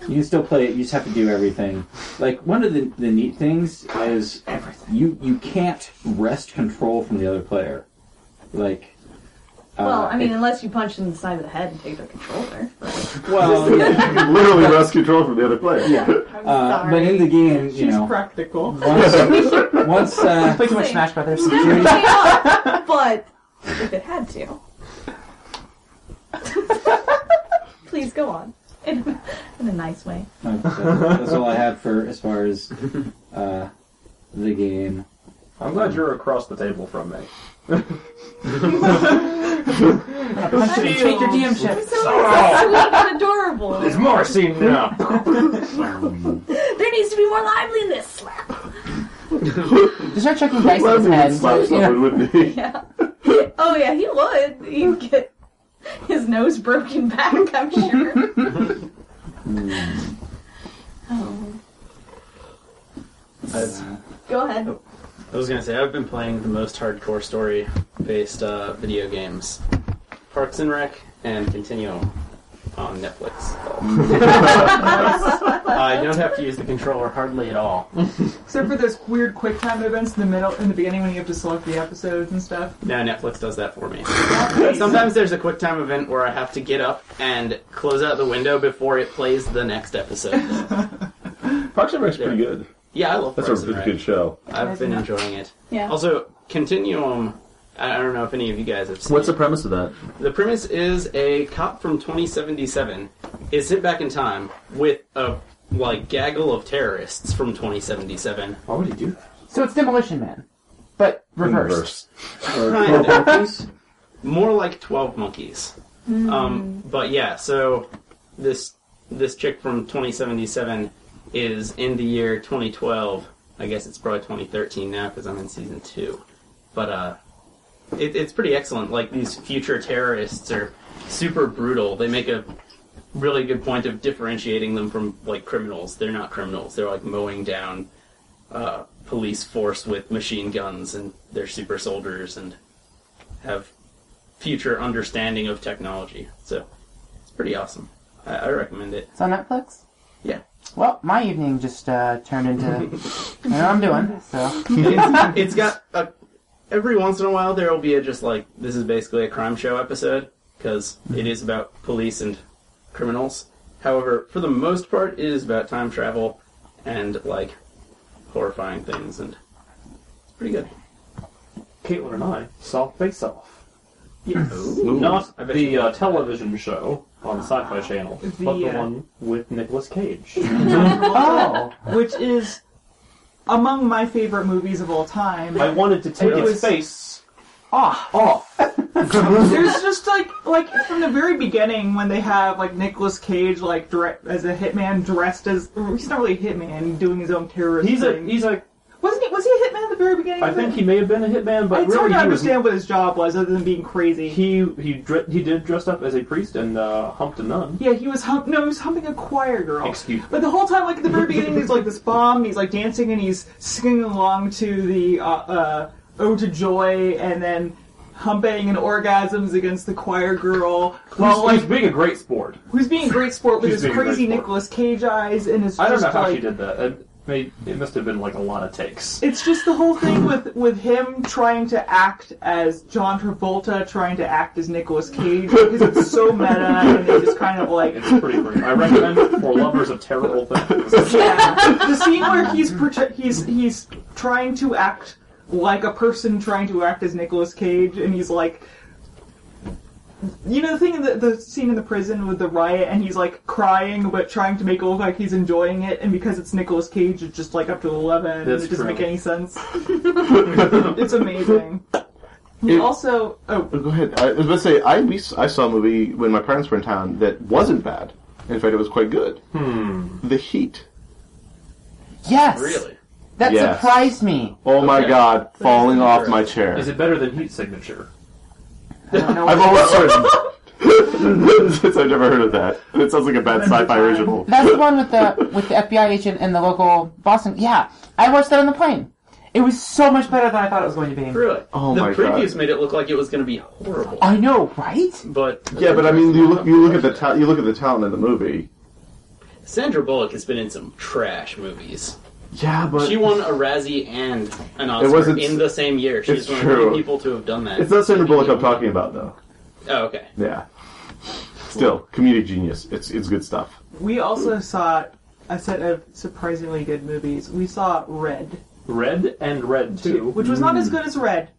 [SPEAKER 3] You can still play it. You just have to do everything. Like one of the, the neat things is you you can't wrest control from the other player. Like, uh,
[SPEAKER 6] Well, I mean,
[SPEAKER 3] it-
[SPEAKER 6] unless you punch them in the side of the head and take their controller. But
[SPEAKER 3] well, yeah,
[SPEAKER 7] Literally wrest control from the other player.
[SPEAKER 3] yeah.
[SPEAKER 6] I'm
[SPEAKER 3] Uh,
[SPEAKER 6] sorry.
[SPEAKER 3] but in the game, you
[SPEAKER 5] She's
[SPEAKER 3] know,
[SPEAKER 5] practical.
[SPEAKER 3] once once uh,
[SPEAKER 4] play too much Smash Brothers.
[SPEAKER 6] This would pay off, but if it had to. Please go on. In, in a nice way.
[SPEAKER 3] Uh, that- That's all I had for as far as uh, the game.
[SPEAKER 2] I'm glad you're across the table from me.
[SPEAKER 4] Punch him, Take your DM
[SPEAKER 6] They're
[SPEAKER 4] ship.
[SPEAKER 6] so sweet and adorable.
[SPEAKER 2] There's more scene now.
[SPEAKER 3] Um,
[SPEAKER 6] There needs to be more liveliness. Slap.
[SPEAKER 4] Just start chucking dice
[SPEAKER 7] Well, we
[SPEAKER 4] in his
[SPEAKER 7] would
[SPEAKER 4] head.
[SPEAKER 7] slap
[SPEAKER 4] you know.
[SPEAKER 7] someone, wouldn't he?
[SPEAKER 6] Yeah. Oh yeah, he would. He'd get his nose broken back. I'm sure. oh.
[SPEAKER 3] uh,
[SPEAKER 6] Go ahead.
[SPEAKER 8] I was gonna say I've been playing the most hardcore story-based uh, video games, Parks and Rec and Continuum on Netflix. I don't have to use the controller hardly at all.
[SPEAKER 5] Except for those weird quick time events in the middle, in the beginning when you have to select the episodes and stuff.
[SPEAKER 8] Now Netflix does that for me. Sometimes there's a quick time event where I have to get up and close out the window before it plays the next episode.
[SPEAKER 7] Parks and Rec's pretty good.
[SPEAKER 8] Yeah, I love
[SPEAKER 7] That's
[SPEAKER 8] Parks
[SPEAKER 7] a
[SPEAKER 8] and
[SPEAKER 7] really
[SPEAKER 8] Rec.
[SPEAKER 7] good show.
[SPEAKER 8] I've been enjoying it.
[SPEAKER 6] Yeah.
[SPEAKER 8] Also, Continuum. I I don't know if any of you guys have seen.
[SPEAKER 7] What's
[SPEAKER 8] it.
[SPEAKER 7] the premise of that?
[SPEAKER 8] The premise is a cop from 2077 is sent back in time with a like gaggle of terrorists from 2077.
[SPEAKER 2] Why would he do that?
[SPEAKER 4] So it's Demolition Man, but reversed.
[SPEAKER 3] Or
[SPEAKER 8] Kinda.
[SPEAKER 3] Twelve Monkeys?
[SPEAKER 8] More like 12 monkeys. Um, but yeah, so this this chick from 2077 is in the year 2012. I guess it's probably 2013 now because I'm in season two. But uh, it, it's pretty excellent. Like these future terrorists are super brutal. They make a really good point of differentiating them from like criminals. They're not criminals. They're like mowing down uh, police force with machine guns, and they're super soldiers and have future understanding of technology. So it's pretty awesome. I, I recommend it.
[SPEAKER 4] It's on Netflix.
[SPEAKER 8] Yeah.
[SPEAKER 4] Well, my evening just uh, turned into I know what I'm doing. So
[SPEAKER 8] it's, it's got a, every once in a while there will be a just like this is basically a crime show episode because it is about police and criminals. However, for the most part, it is about time travel and like horrifying things, and it's pretty good.
[SPEAKER 2] Caitlin and I saw Face Off.
[SPEAKER 8] Yes.
[SPEAKER 2] Not
[SPEAKER 8] I bet
[SPEAKER 2] the
[SPEAKER 8] you-
[SPEAKER 2] uh, television show on the Sci-Fi Channel,
[SPEAKER 5] The,
[SPEAKER 2] but the
[SPEAKER 5] uh,
[SPEAKER 2] one with Nicolas Cage.
[SPEAKER 4] oh,
[SPEAKER 5] Which is among my favorite movies of all time.
[SPEAKER 2] I wanted to take
[SPEAKER 5] It
[SPEAKER 2] its
[SPEAKER 5] was-
[SPEAKER 2] face
[SPEAKER 5] Ah.
[SPEAKER 2] off.
[SPEAKER 5] There's just like like from the very beginning when they have like Nicolas Cage like dre- as a hitman dressed as or he's not really a hitman doing his own terrorist
[SPEAKER 2] He's a
[SPEAKER 5] thing.
[SPEAKER 2] he's a.
[SPEAKER 5] Wasn't he was he a hitman at the very beginning?
[SPEAKER 2] I
[SPEAKER 5] of
[SPEAKER 2] think
[SPEAKER 5] it?
[SPEAKER 2] he may have been a hitman, but
[SPEAKER 5] I don't
[SPEAKER 2] really he was
[SPEAKER 5] understand what his job was other than being crazy.
[SPEAKER 2] he he dre- he did dress up as a priest and uh, humped a nun.
[SPEAKER 5] yeah, he was hump no, he was humping a choir girl.
[SPEAKER 2] Excuse me.
[SPEAKER 5] But the whole time, like at the very beginning, he's like this bomb. and He's like dancing and he's singing along to the uh, uh, "Ode to Joy" and then humping and orgasms against the choir girl.
[SPEAKER 2] Well,
[SPEAKER 5] Well,
[SPEAKER 2] like
[SPEAKER 5] like
[SPEAKER 2] being a great sport.
[SPEAKER 5] who's being a great sport with
[SPEAKER 2] She's
[SPEAKER 5] his
[SPEAKER 2] being a great
[SPEAKER 5] crazy
[SPEAKER 2] sport.
[SPEAKER 5] Nicolas Cage eyes and his.
[SPEAKER 2] I don't
[SPEAKER 5] just
[SPEAKER 2] know how
[SPEAKER 5] like,
[SPEAKER 2] she did that. Uh, They, it must have been like a lot of takes.
[SPEAKER 5] It's just the whole thing with with him trying to act as John Travolta, trying to act as Nicolas Cage because it's so meta and they just kind of like.
[SPEAKER 2] It's pretty great. I recommend it for lovers of terrible things.
[SPEAKER 5] Yeah, the scene where he's prote- he's he's trying to act like a person trying to act as Nicolas Cage, and he's like, you know, the thing in the, the scene in the prison with the riot, and he's like crying but trying to make it look like he's enjoying it, and because it's Nicolas Cage, it's just like up to eleven, and
[SPEAKER 2] That's
[SPEAKER 5] it doesn't
[SPEAKER 2] true.
[SPEAKER 5] make any sense. it's amazing. He
[SPEAKER 7] It-
[SPEAKER 5] also, oh,
[SPEAKER 7] Go ahead. I was about to say I we, s- I saw a movie when my parents were in town that wasn't bad. In fact, it was quite good. The Heat.
[SPEAKER 4] Yes.
[SPEAKER 8] Really?
[SPEAKER 4] That
[SPEAKER 7] Yes.
[SPEAKER 4] surprised me.
[SPEAKER 7] Oh my
[SPEAKER 8] Okay.
[SPEAKER 7] God! Falling off
[SPEAKER 8] interesting.
[SPEAKER 7] my chair.
[SPEAKER 2] Is it better than Heat Signature?
[SPEAKER 4] I don't know
[SPEAKER 7] I've
[SPEAKER 4] what-
[SPEAKER 7] always heard. Since I've never heard of that, it sounds like a bad sci-fi original.
[SPEAKER 4] That's the one with the with the FBI agent and the local Boston. Yeah, I watched that on the plane. It was so much better than I thought it was going to be.
[SPEAKER 8] Really?
[SPEAKER 7] Oh
[SPEAKER 8] the
[SPEAKER 7] my God.
[SPEAKER 8] previews made it look like it was going to be horrible.
[SPEAKER 4] I know, right?
[SPEAKER 8] But
[SPEAKER 7] Yeah, but I mean, you look you look at the ta- you look at the talent in the movie.
[SPEAKER 8] Sandra Bullock has been in some trash movies.
[SPEAKER 7] Yeah, but
[SPEAKER 8] She won a Razzie and an Oscar
[SPEAKER 7] wasn't-
[SPEAKER 8] in the same year. She's
[SPEAKER 7] it's
[SPEAKER 8] one of the
[SPEAKER 7] true.
[SPEAKER 8] few people to have done that.
[SPEAKER 7] It's not Sandra Bullock I'm talking about though.
[SPEAKER 8] Oh, okay.
[SPEAKER 7] Yeah. Still, comedic genius. It's it's good stuff.
[SPEAKER 5] we also saw a set of surprisingly good movies. We saw Red.
[SPEAKER 2] Red and Red
[SPEAKER 5] too,
[SPEAKER 2] 2.
[SPEAKER 5] which was not as good as Red,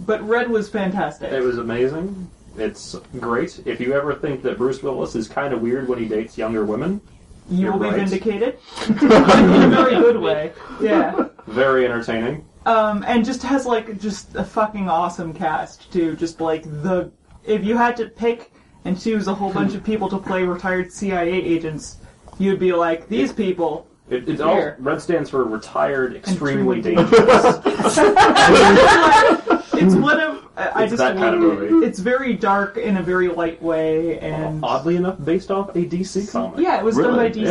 [SPEAKER 5] but Red was fantastic.
[SPEAKER 2] It Hmm. was amazing. It's great. If you ever think that Bruce Willis is kind of weird when he dates younger women,
[SPEAKER 5] you will
[SPEAKER 2] You're
[SPEAKER 5] be
[SPEAKER 2] right.
[SPEAKER 5] vindicated in a very good way. Yeah,
[SPEAKER 2] very entertaining.
[SPEAKER 5] um, and just has like just a fucking awesome cast too. Just like the if you had to pick and choose a whole bunch of people to play retired CIA agents, you'd be like these people.
[SPEAKER 2] It, it all
[SPEAKER 5] Here.
[SPEAKER 2] Red stands for retired, extremely
[SPEAKER 5] Extremely
[SPEAKER 2] dangerous.
[SPEAKER 5] It's one of I I
[SPEAKER 2] It's
[SPEAKER 5] just
[SPEAKER 2] that kind of
[SPEAKER 5] love it.
[SPEAKER 2] movie.
[SPEAKER 5] It's very dark in a very light way, and
[SPEAKER 2] Oddly enough, based off a DC comic.
[SPEAKER 5] yeah, it was done
[SPEAKER 7] Really?
[SPEAKER 5] by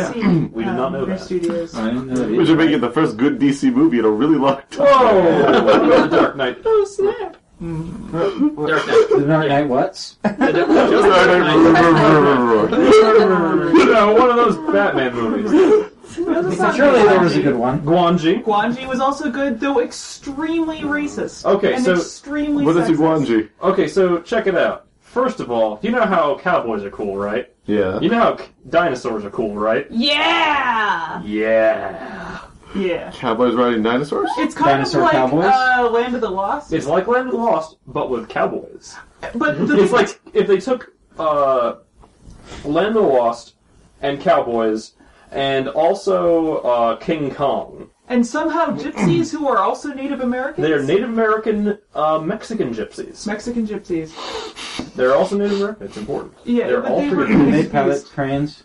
[SPEAKER 5] DC.
[SPEAKER 2] We did not
[SPEAKER 5] um,
[SPEAKER 2] know
[SPEAKER 5] their
[SPEAKER 2] that.
[SPEAKER 5] studios.
[SPEAKER 3] I didn't know that
[SPEAKER 7] Which
[SPEAKER 3] either.
[SPEAKER 7] would make it the first good DC movie in a really long time.
[SPEAKER 2] Oh, the Dark Knight.
[SPEAKER 8] Oh snap! Dark Knight.
[SPEAKER 3] The Dark Knight what's?
[SPEAKER 8] The Dark- just Dark Knight.
[SPEAKER 2] You know, one of those Batman movies.
[SPEAKER 3] Surely there was a good one.
[SPEAKER 2] Guanji.
[SPEAKER 5] Guanji was also good, though extremely racist.
[SPEAKER 2] Okay,
[SPEAKER 5] and
[SPEAKER 2] so-
[SPEAKER 5] extremely
[SPEAKER 7] What is
[SPEAKER 5] sexist.
[SPEAKER 7] Iguanji?
[SPEAKER 2] Okay, so check it out. First of all, you know how cowboys are cool, right?
[SPEAKER 7] Yeah.
[SPEAKER 2] You know how c- dinosaurs are cool, right?
[SPEAKER 6] Yeah!
[SPEAKER 2] Yeah.
[SPEAKER 5] Yeah,
[SPEAKER 7] Cowboys riding dinosaurs?
[SPEAKER 5] it's kind
[SPEAKER 3] Dinosaur
[SPEAKER 5] of like
[SPEAKER 3] Cowboys?
[SPEAKER 5] uh, Land of the Lost,
[SPEAKER 2] It's like Land of the Lost, but with cowboys.
[SPEAKER 5] but the
[SPEAKER 2] It's like if they took uh, Land of the Lost and cowboys, and also uh, King Kong.
[SPEAKER 5] and somehow gypsies who are also Native Americans.
[SPEAKER 2] They are Native American uh, Mexican gypsies.
[SPEAKER 5] Mexican gypsies.
[SPEAKER 2] They're also Native American. It's important.
[SPEAKER 5] Yeah,
[SPEAKER 2] They're
[SPEAKER 5] but
[SPEAKER 2] all
[SPEAKER 5] they
[SPEAKER 2] three.
[SPEAKER 5] were
[SPEAKER 3] Did they pilot trains?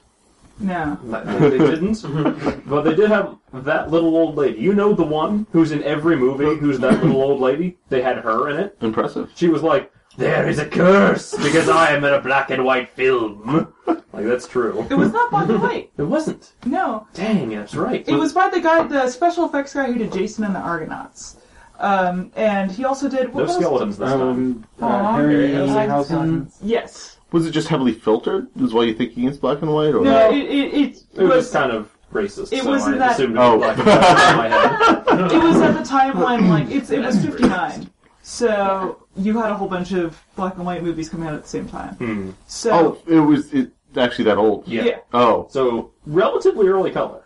[SPEAKER 5] No,
[SPEAKER 2] No, they didn't,
[SPEAKER 5] Mm-hmm.
[SPEAKER 2] but they did have that little old lady. You know the one who's in every movie, who's that little old lady? They had her in it.
[SPEAKER 7] Impressive.
[SPEAKER 2] She was like, "There is a curse because I am in a black and white film." Like that's true.
[SPEAKER 5] it was not black and white.
[SPEAKER 2] It wasn't.
[SPEAKER 5] No,
[SPEAKER 2] Dang, that's right.
[SPEAKER 5] it was by the guy, the special effects guy who did Jason and the Argonauts, um, and he also did what
[SPEAKER 2] no
[SPEAKER 5] was-
[SPEAKER 2] skeletons this time.
[SPEAKER 3] Um, uh, Harry Harryhausen.
[SPEAKER 5] Yes.
[SPEAKER 7] Was it just heavily filtered? Is why you're thinking it's black and white? Or
[SPEAKER 5] No, it, it, it,
[SPEAKER 2] It was
[SPEAKER 5] was,
[SPEAKER 2] just kind of racist.
[SPEAKER 5] it
[SPEAKER 2] so
[SPEAKER 5] wasn't
[SPEAKER 2] I
[SPEAKER 5] that-
[SPEAKER 2] Assumed it
[SPEAKER 7] Oh.
[SPEAKER 2] was black and white in my head.
[SPEAKER 5] it was at the time when like it's it was fifty nine. So you had a whole bunch of black and white movies coming out at the same time.
[SPEAKER 7] Oh,
[SPEAKER 5] So
[SPEAKER 7] it was it actually that old.
[SPEAKER 2] Hmm. Yeah.
[SPEAKER 5] yeah.
[SPEAKER 7] Oh.
[SPEAKER 2] So relatively early color.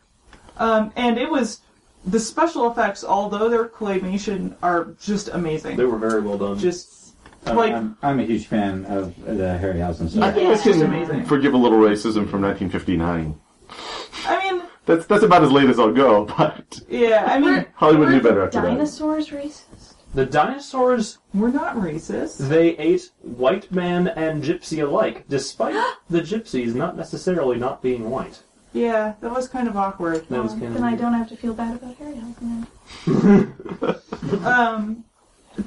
[SPEAKER 5] Um and it was the special effects, although they're claymation, are just
[SPEAKER 2] They
[SPEAKER 5] amazing.
[SPEAKER 2] were very well done.
[SPEAKER 5] Just like
[SPEAKER 3] I'm, I'm a huge fan of the Harryhausen
[SPEAKER 7] I
[SPEAKER 3] stuff.
[SPEAKER 7] think
[SPEAKER 6] Yeah.
[SPEAKER 7] I can
[SPEAKER 5] amazing.
[SPEAKER 7] forgive a little racism from 1959.
[SPEAKER 5] I mean
[SPEAKER 7] That's that's about as late as I'll go, but
[SPEAKER 5] yeah, I mean
[SPEAKER 7] Hollywood knew
[SPEAKER 6] Weren't
[SPEAKER 7] better after that.
[SPEAKER 6] Dinosaurs racist?
[SPEAKER 2] the dinosaurs
[SPEAKER 5] we're not racist.
[SPEAKER 2] They ate white man and gypsy alike, despite the gypsies not necessarily not being white.
[SPEAKER 5] Yeah, that was kind of awkward.
[SPEAKER 2] That was
[SPEAKER 6] Oh,
[SPEAKER 2] kind
[SPEAKER 6] Then I
[SPEAKER 2] of
[SPEAKER 6] don't have to feel bad about Harryhausen then.
[SPEAKER 2] Mm-hmm.
[SPEAKER 5] Um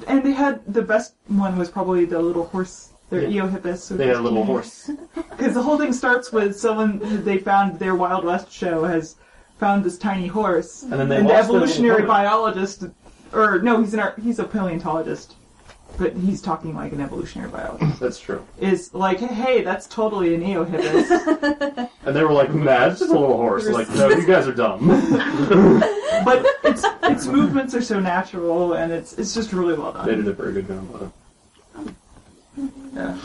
[SPEAKER 5] and they had the best one was probably the little horse their
[SPEAKER 2] Yeah.
[SPEAKER 5] Eohippus. which
[SPEAKER 2] they had a
[SPEAKER 5] was
[SPEAKER 2] little
[SPEAKER 5] cute.
[SPEAKER 2] horse.
[SPEAKER 5] Because the whole thing starts with someone they found their Wild West show has found this tiny horse,
[SPEAKER 2] And then they
[SPEAKER 5] and the
[SPEAKER 2] lost their little
[SPEAKER 5] evolutionary
[SPEAKER 2] pony.
[SPEAKER 5] biologist, or no, he's an ar- he's a paleontologist. but he's talking like an evolutionary biologist,
[SPEAKER 2] That's true.
[SPEAKER 5] is like, hey, that's totally an eohippus.
[SPEAKER 2] And they were like, nah, it's just a little horse. Like, no, you guys are dumb.
[SPEAKER 5] but its its movements are so natural, and it's it's just really well
[SPEAKER 2] they
[SPEAKER 5] done.
[SPEAKER 2] did a very good job. with it.
[SPEAKER 5] Yeah.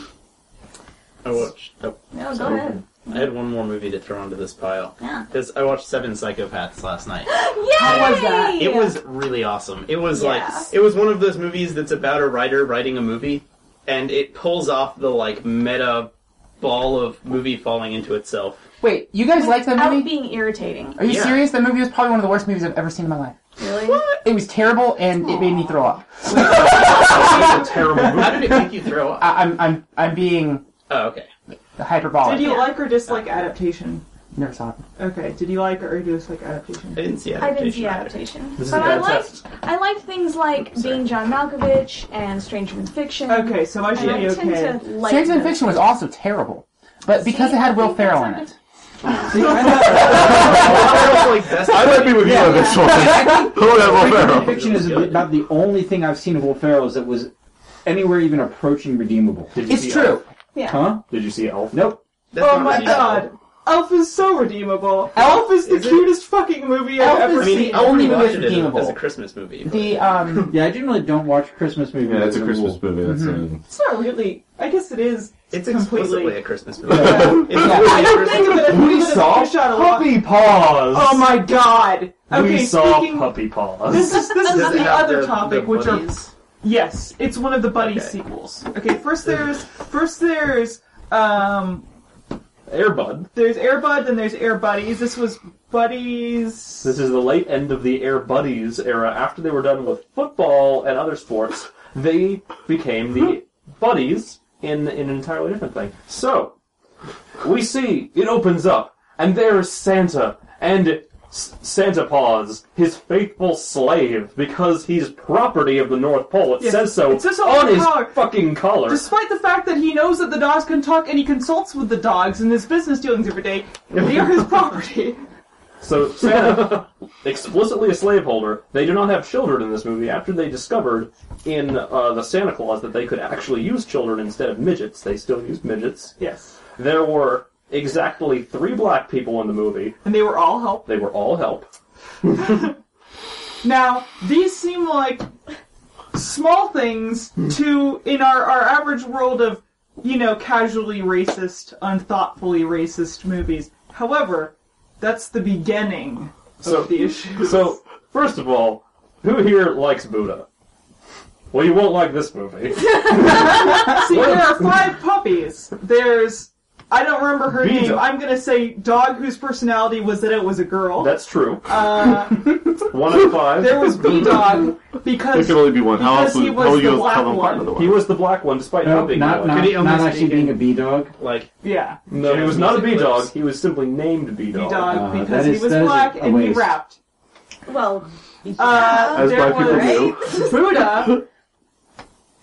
[SPEAKER 8] I watched. Oh,
[SPEAKER 6] No, go ahead.
[SPEAKER 8] I had one more movie to throw into this pile
[SPEAKER 6] Yeah.
[SPEAKER 8] because I watched Seven Psychopaths last night.
[SPEAKER 6] Yay!
[SPEAKER 5] How was that?
[SPEAKER 8] It was really awesome. It was
[SPEAKER 6] Yeah.
[SPEAKER 8] like it was one of those movies that's about a writer writing a movie, and it pulls off the like meta ball of movie falling into itself.
[SPEAKER 4] Wait, you guys like that
[SPEAKER 6] Without
[SPEAKER 4] movie?
[SPEAKER 6] being irritating.
[SPEAKER 4] Are you
[SPEAKER 8] Yeah.
[SPEAKER 4] serious? That movie was probably one of the worst movies I've ever seen in my life.
[SPEAKER 6] Really?
[SPEAKER 4] It was terrible and it made me throw up.
[SPEAKER 2] It's a terrible movie.
[SPEAKER 8] How did it make you throw up?
[SPEAKER 4] I, I'm I'm I'm being
[SPEAKER 8] Oh, okay.
[SPEAKER 4] hyperbolic.
[SPEAKER 5] Did you like or dislike adaptation?
[SPEAKER 4] Never saw it.
[SPEAKER 5] Okay, did you like or dislike adaptation?
[SPEAKER 8] I didn't see
[SPEAKER 6] I
[SPEAKER 8] adaptation.
[SPEAKER 6] didn't see
[SPEAKER 8] either.
[SPEAKER 6] adaptation.
[SPEAKER 2] This is
[SPEAKER 6] But
[SPEAKER 2] a
[SPEAKER 6] I
[SPEAKER 2] bad
[SPEAKER 6] liked,
[SPEAKER 2] test.
[SPEAKER 6] I liked things like being John Malkovich and Stranger Than Fiction.
[SPEAKER 5] Okay, so I should
[SPEAKER 6] And I
[SPEAKER 5] be
[SPEAKER 6] tend
[SPEAKER 5] okay.
[SPEAKER 6] to like
[SPEAKER 4] Stranger Than
[SPEAKER 6] those.
[SPEAKER 4] Fiction was also terrible, but because
[SPEAKER 6] See,
[SPEAKER 4] it had
[SPEAKER 6] I
[SPEAKER 4] Will
[SPEAKER 6] think that's
[SPEAKER 4] Ferrell in
[SPEAKER 6] not
[SPEAKER 4] it.
[SPEAKER 6] good.
[SPEAKER 8] That was, like, best-
[SPEAKER 7] I might be with you on this one. Hold on, Will Ferrell.
[SPEAKER 3] Fiction is about the only thing I've seen of Will Ferrell's that was anywhere even approaching redeemable.
[SPEAKER 2] Did you
[SPEAKER 4] It's
[SPEAKER 2] see
[SPEAKER 4] true.
[SPEAKER 2] Elf?
[SPEAKER 6] Yeah.
[SPEAKER 3] Huh?
[SPEAKER 2] Did you see Elf?
[SPEAKER 3] Nope.
[SPEAKER 8] that's
[SPEAKER 5] Oh
[SPEAKER 8] not
[SPEAKER 5] my
[SPEAKER 8] really-
[SPEAKER 5] god. Elf is so redeemable. Elf is the
[SPEAKER 8] Is it?
[SPEAKER 5] cutest fucking movie I've
[SPEAKER 4] Elf
[SPEAKER 5] ever
[SPEAKER 8] I
[SPEAKER 4] is-
[SPEAKER 8] mean,
[SPEAKER 5] seen.
[SPEAKER 8] I
[SPEAKER 4] only
[SPEAKER 8] only
[SPEAKER 4] movie
[SPEAKER 8] watched
[SPEAKER 4] that's
[SPEAKER 8] it as a,
[SPEAKER 4] redeemable.
[SPEAKER 8] as a Christmas movie. but-
[SPEAKER 4] The um,
[SPEAKER 3] Yeah, I generally don't watch Christmas movies.
[SPEAKER 7] Yeah, that's a
[SPEAKER 3] as rule.
[SPEAKER 7] Christmas movie. That's a,
[SPEAKER 5] It's not really. I guess it is.
[SPEAKER 8] it's
[SPEAKER 5] completely.
[SPEAKER 8] explicitly a Christmas movie. It's
[SPEAKER 5] I
[SPEAKER 8] really a
[SPEAKER 5] don't think
[SPEAKER 8] Christmas
[SPEAKER 5] of it as
[SPEAKER 2] We
[SPEAKER 5] being a
[SPEAKER 2] saw
[SPEAKER 5] shot of luck.
[SPEAKER 2] Puppy Paws!
[SPEAKER 5] Oh my god. Okay,
[SPEAKER 2] we saw
[SPEAKER 5] speaking.
[SPEAKER 2] Puppy Paws.
[SPEAKER 5] This is this
[SPEAKER 8] Does
[SPEAKER 5] is
[SPEAKER 8] it
[SPEAKER 5] the
[SPEAKER 8] have
[SPEAKER 5] other
[SPEAKER 8] the-
[SPEAKER 5] topic,
[SPEAKER 8] the
[SPEAKER 5] which are
[SPEAKER 8] buddies?
[SPEAKER 5] yes, it's one of the buddy
[SPEAKER 8] Okay.
[SPEAKER 5] sequels. Okay, first there's first there's um
[SPEAKER 2] Airbud.
[SPEAKER 5] there's Air Bud, then there's Air Buddies. This was Buddies.
[SPEAKER 2] This is the late end of the Air Buddies era. After they were done with football and other sports, they became the Buddies in, in an entirely different thing. So, we see it opens up, and there's Santa, and S- Santa Paws, his faithful slave, because he's property of the North Pole. It
[SPEAKER 5] Yes,
[SPEAKER 2] says so
[SPEAKER 5] it says so on
[SPEAKER 2] on
[SPEAKER 5] the
[SPEAKER 2] his
[SPEAKER 5] collar.
[SPEAKER 2] fucking collar.
[SPEAKER 5] Despite the fact that he knows that the dogs can talk and he consults with the dogs in his business dealings every day, they are his property.
[SPEAKER 2] So Santa, explicitly a slaveholder, they do not have children in this movie. After they discovered in uh, the Santa Claus that they could actually use children instead of midgets, they still used midgets.
[SPEAKER 5] Yes.
[SPEAKER 2] There were exactly three black people in the movie.
[SPEAKER 5] And they were all help.
[SPEAKER 2] They were all help.
[SPEAKER 5] Now, these seem like small things to, in our, our average world of, you know, casually racist, unthoughtfully racist movies. However, that's the beginning
[SPEAKER 2] So-
[SPEAKER 5] of the issue.
[SPEAKER 2] So first of all, who here likes Buddha? Well, you won't like this movie.
[SPEAKER 5] See, there are five puppies. There's, I don't remember her
[SPEAKER 2] Vita.
[SPEAKER 5] name. I'm gonna say dog whose personality was that it was a girl. Uh,
[SPEAKER 2] That's true. One of five.
[SPEAKER 5] There was B Dog
[SPEAKER 7] there
[SPEAKER 5] because
[SPEAKER 7] can only be one. How
[SPEAKER 5] Because
[SPEAKER 7] else?
[SPEAKER 5] he
[SPEAKER 7] would-
[SPEAKER 5] was
[SPEAKER 7] How would you
[SPEAKER 5] the
[SPEAKER 7] else
[SPEAKER 5] black
[SPEAKER 7] tell them apart
[SPEAKER 5] one.
[SPEAKER 2] he
[SPEAKER 7] otherwise?
[SPEAKER 2] was the black one, despite
[SPEAKER 3] No,
[SPEAKER 2] not being
[SPEAKER 3] not
[SPEAKER 2] black.
[SPEAKER 3] not,
[SPEAKER 8] Could he only
[SPEAKER 3] not
[SPEAKER 8] speak
[SPEAKER 3] actually
[SPEAKER 8] in-
[SPEAKER 3] being a bee dog.
[SPEAKER 8] Like,
[SPEAKER 5] yeah,
[SPEAKER 2] No, he
[SPEAKER 8] Jazz
[SPEAKER 2] was not a bee
[SPEAKER 8] music
[SPEAKER 2] dog.
[SPEAKER 8] clips.
[SPEAKER 2] He was simply named bee
[SPEAKER 5] B
[SPEAKER 2] dog.
[SPEAKER 5] Dog
[SPEAKER 3] Uh,
[SPEAKER 5] because
[SPEAKER 3] that
[SPEAKER 5] he
[SPEAKER 3] is-
[SPEAKER 5] was
[SPEAKER 3] that is
[SPEAKER 5] black
[SPEAKER 3] a
[SPEAKER 5] and he
[SPEAKER 3] waste.
[SPEAKER 5] rapped.
[SPEAKER 6] Well,
[SPEAKER 5] Uh,
[SPEAKER 7] As
[SPEAKER 5] there
[SPEAKER 7] black people do.
[SPEAKER 5] was Buddha,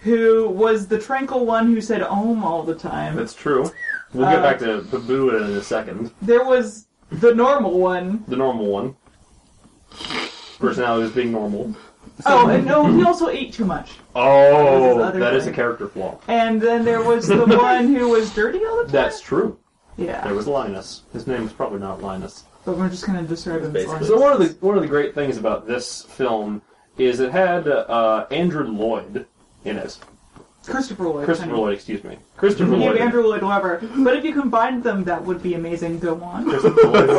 [SPEAKER 5] who was the tranquil one who said "om" all the time.
[SPEAKER 2] That's true. We'll get
[SPEAKER 5] Uh,
[SPEAKER 2] back to Babu in a second.
[SPEAKER 5] There was the normal one.
[SPEAKER 2] The normal one. Personality is being normal.
[SPEAKER 5] Oh, and no, he also ate too much. That was his
[SPEAKER 2] Oh,
[SPEAKER 5] other
[SPEAKER 2] that is a
[SPEAKER 5] thing.
[SPEAKER 2] character flaw.
[SPEAKER 5] And then there was the one who was dirty all the time.
[SPEAKER 2] That's true. There
[SPEAKER 5] yeah.
[SPEAKER 2] was Linus. His name was probably not Linus.
[SPEAKER 5] But we're just gonna describe him as
[SPEAKER 8] Basically.
[SPEAKER 2] So
[SPEAKER 5] Linus.
[SPEAKER 2] one of the one of the great things about this film is it had uh, Andrew Lloyd in it.
[SPEAKER 5] Christopher Lloyd.
[SPEAKER 2] Christopher
[SPEAKER 5] honey.
[SPEAKER 2] Lloyd, excuse me. Christopher
[SPEAKER 5] You have
[SPEAKER 2] Lloyd.
[SPEAKER 5] Andrew Lloyd Webber. But if you combined them, that would be amazing. Go on.
[SPEAKER 2] Christopher Lloyd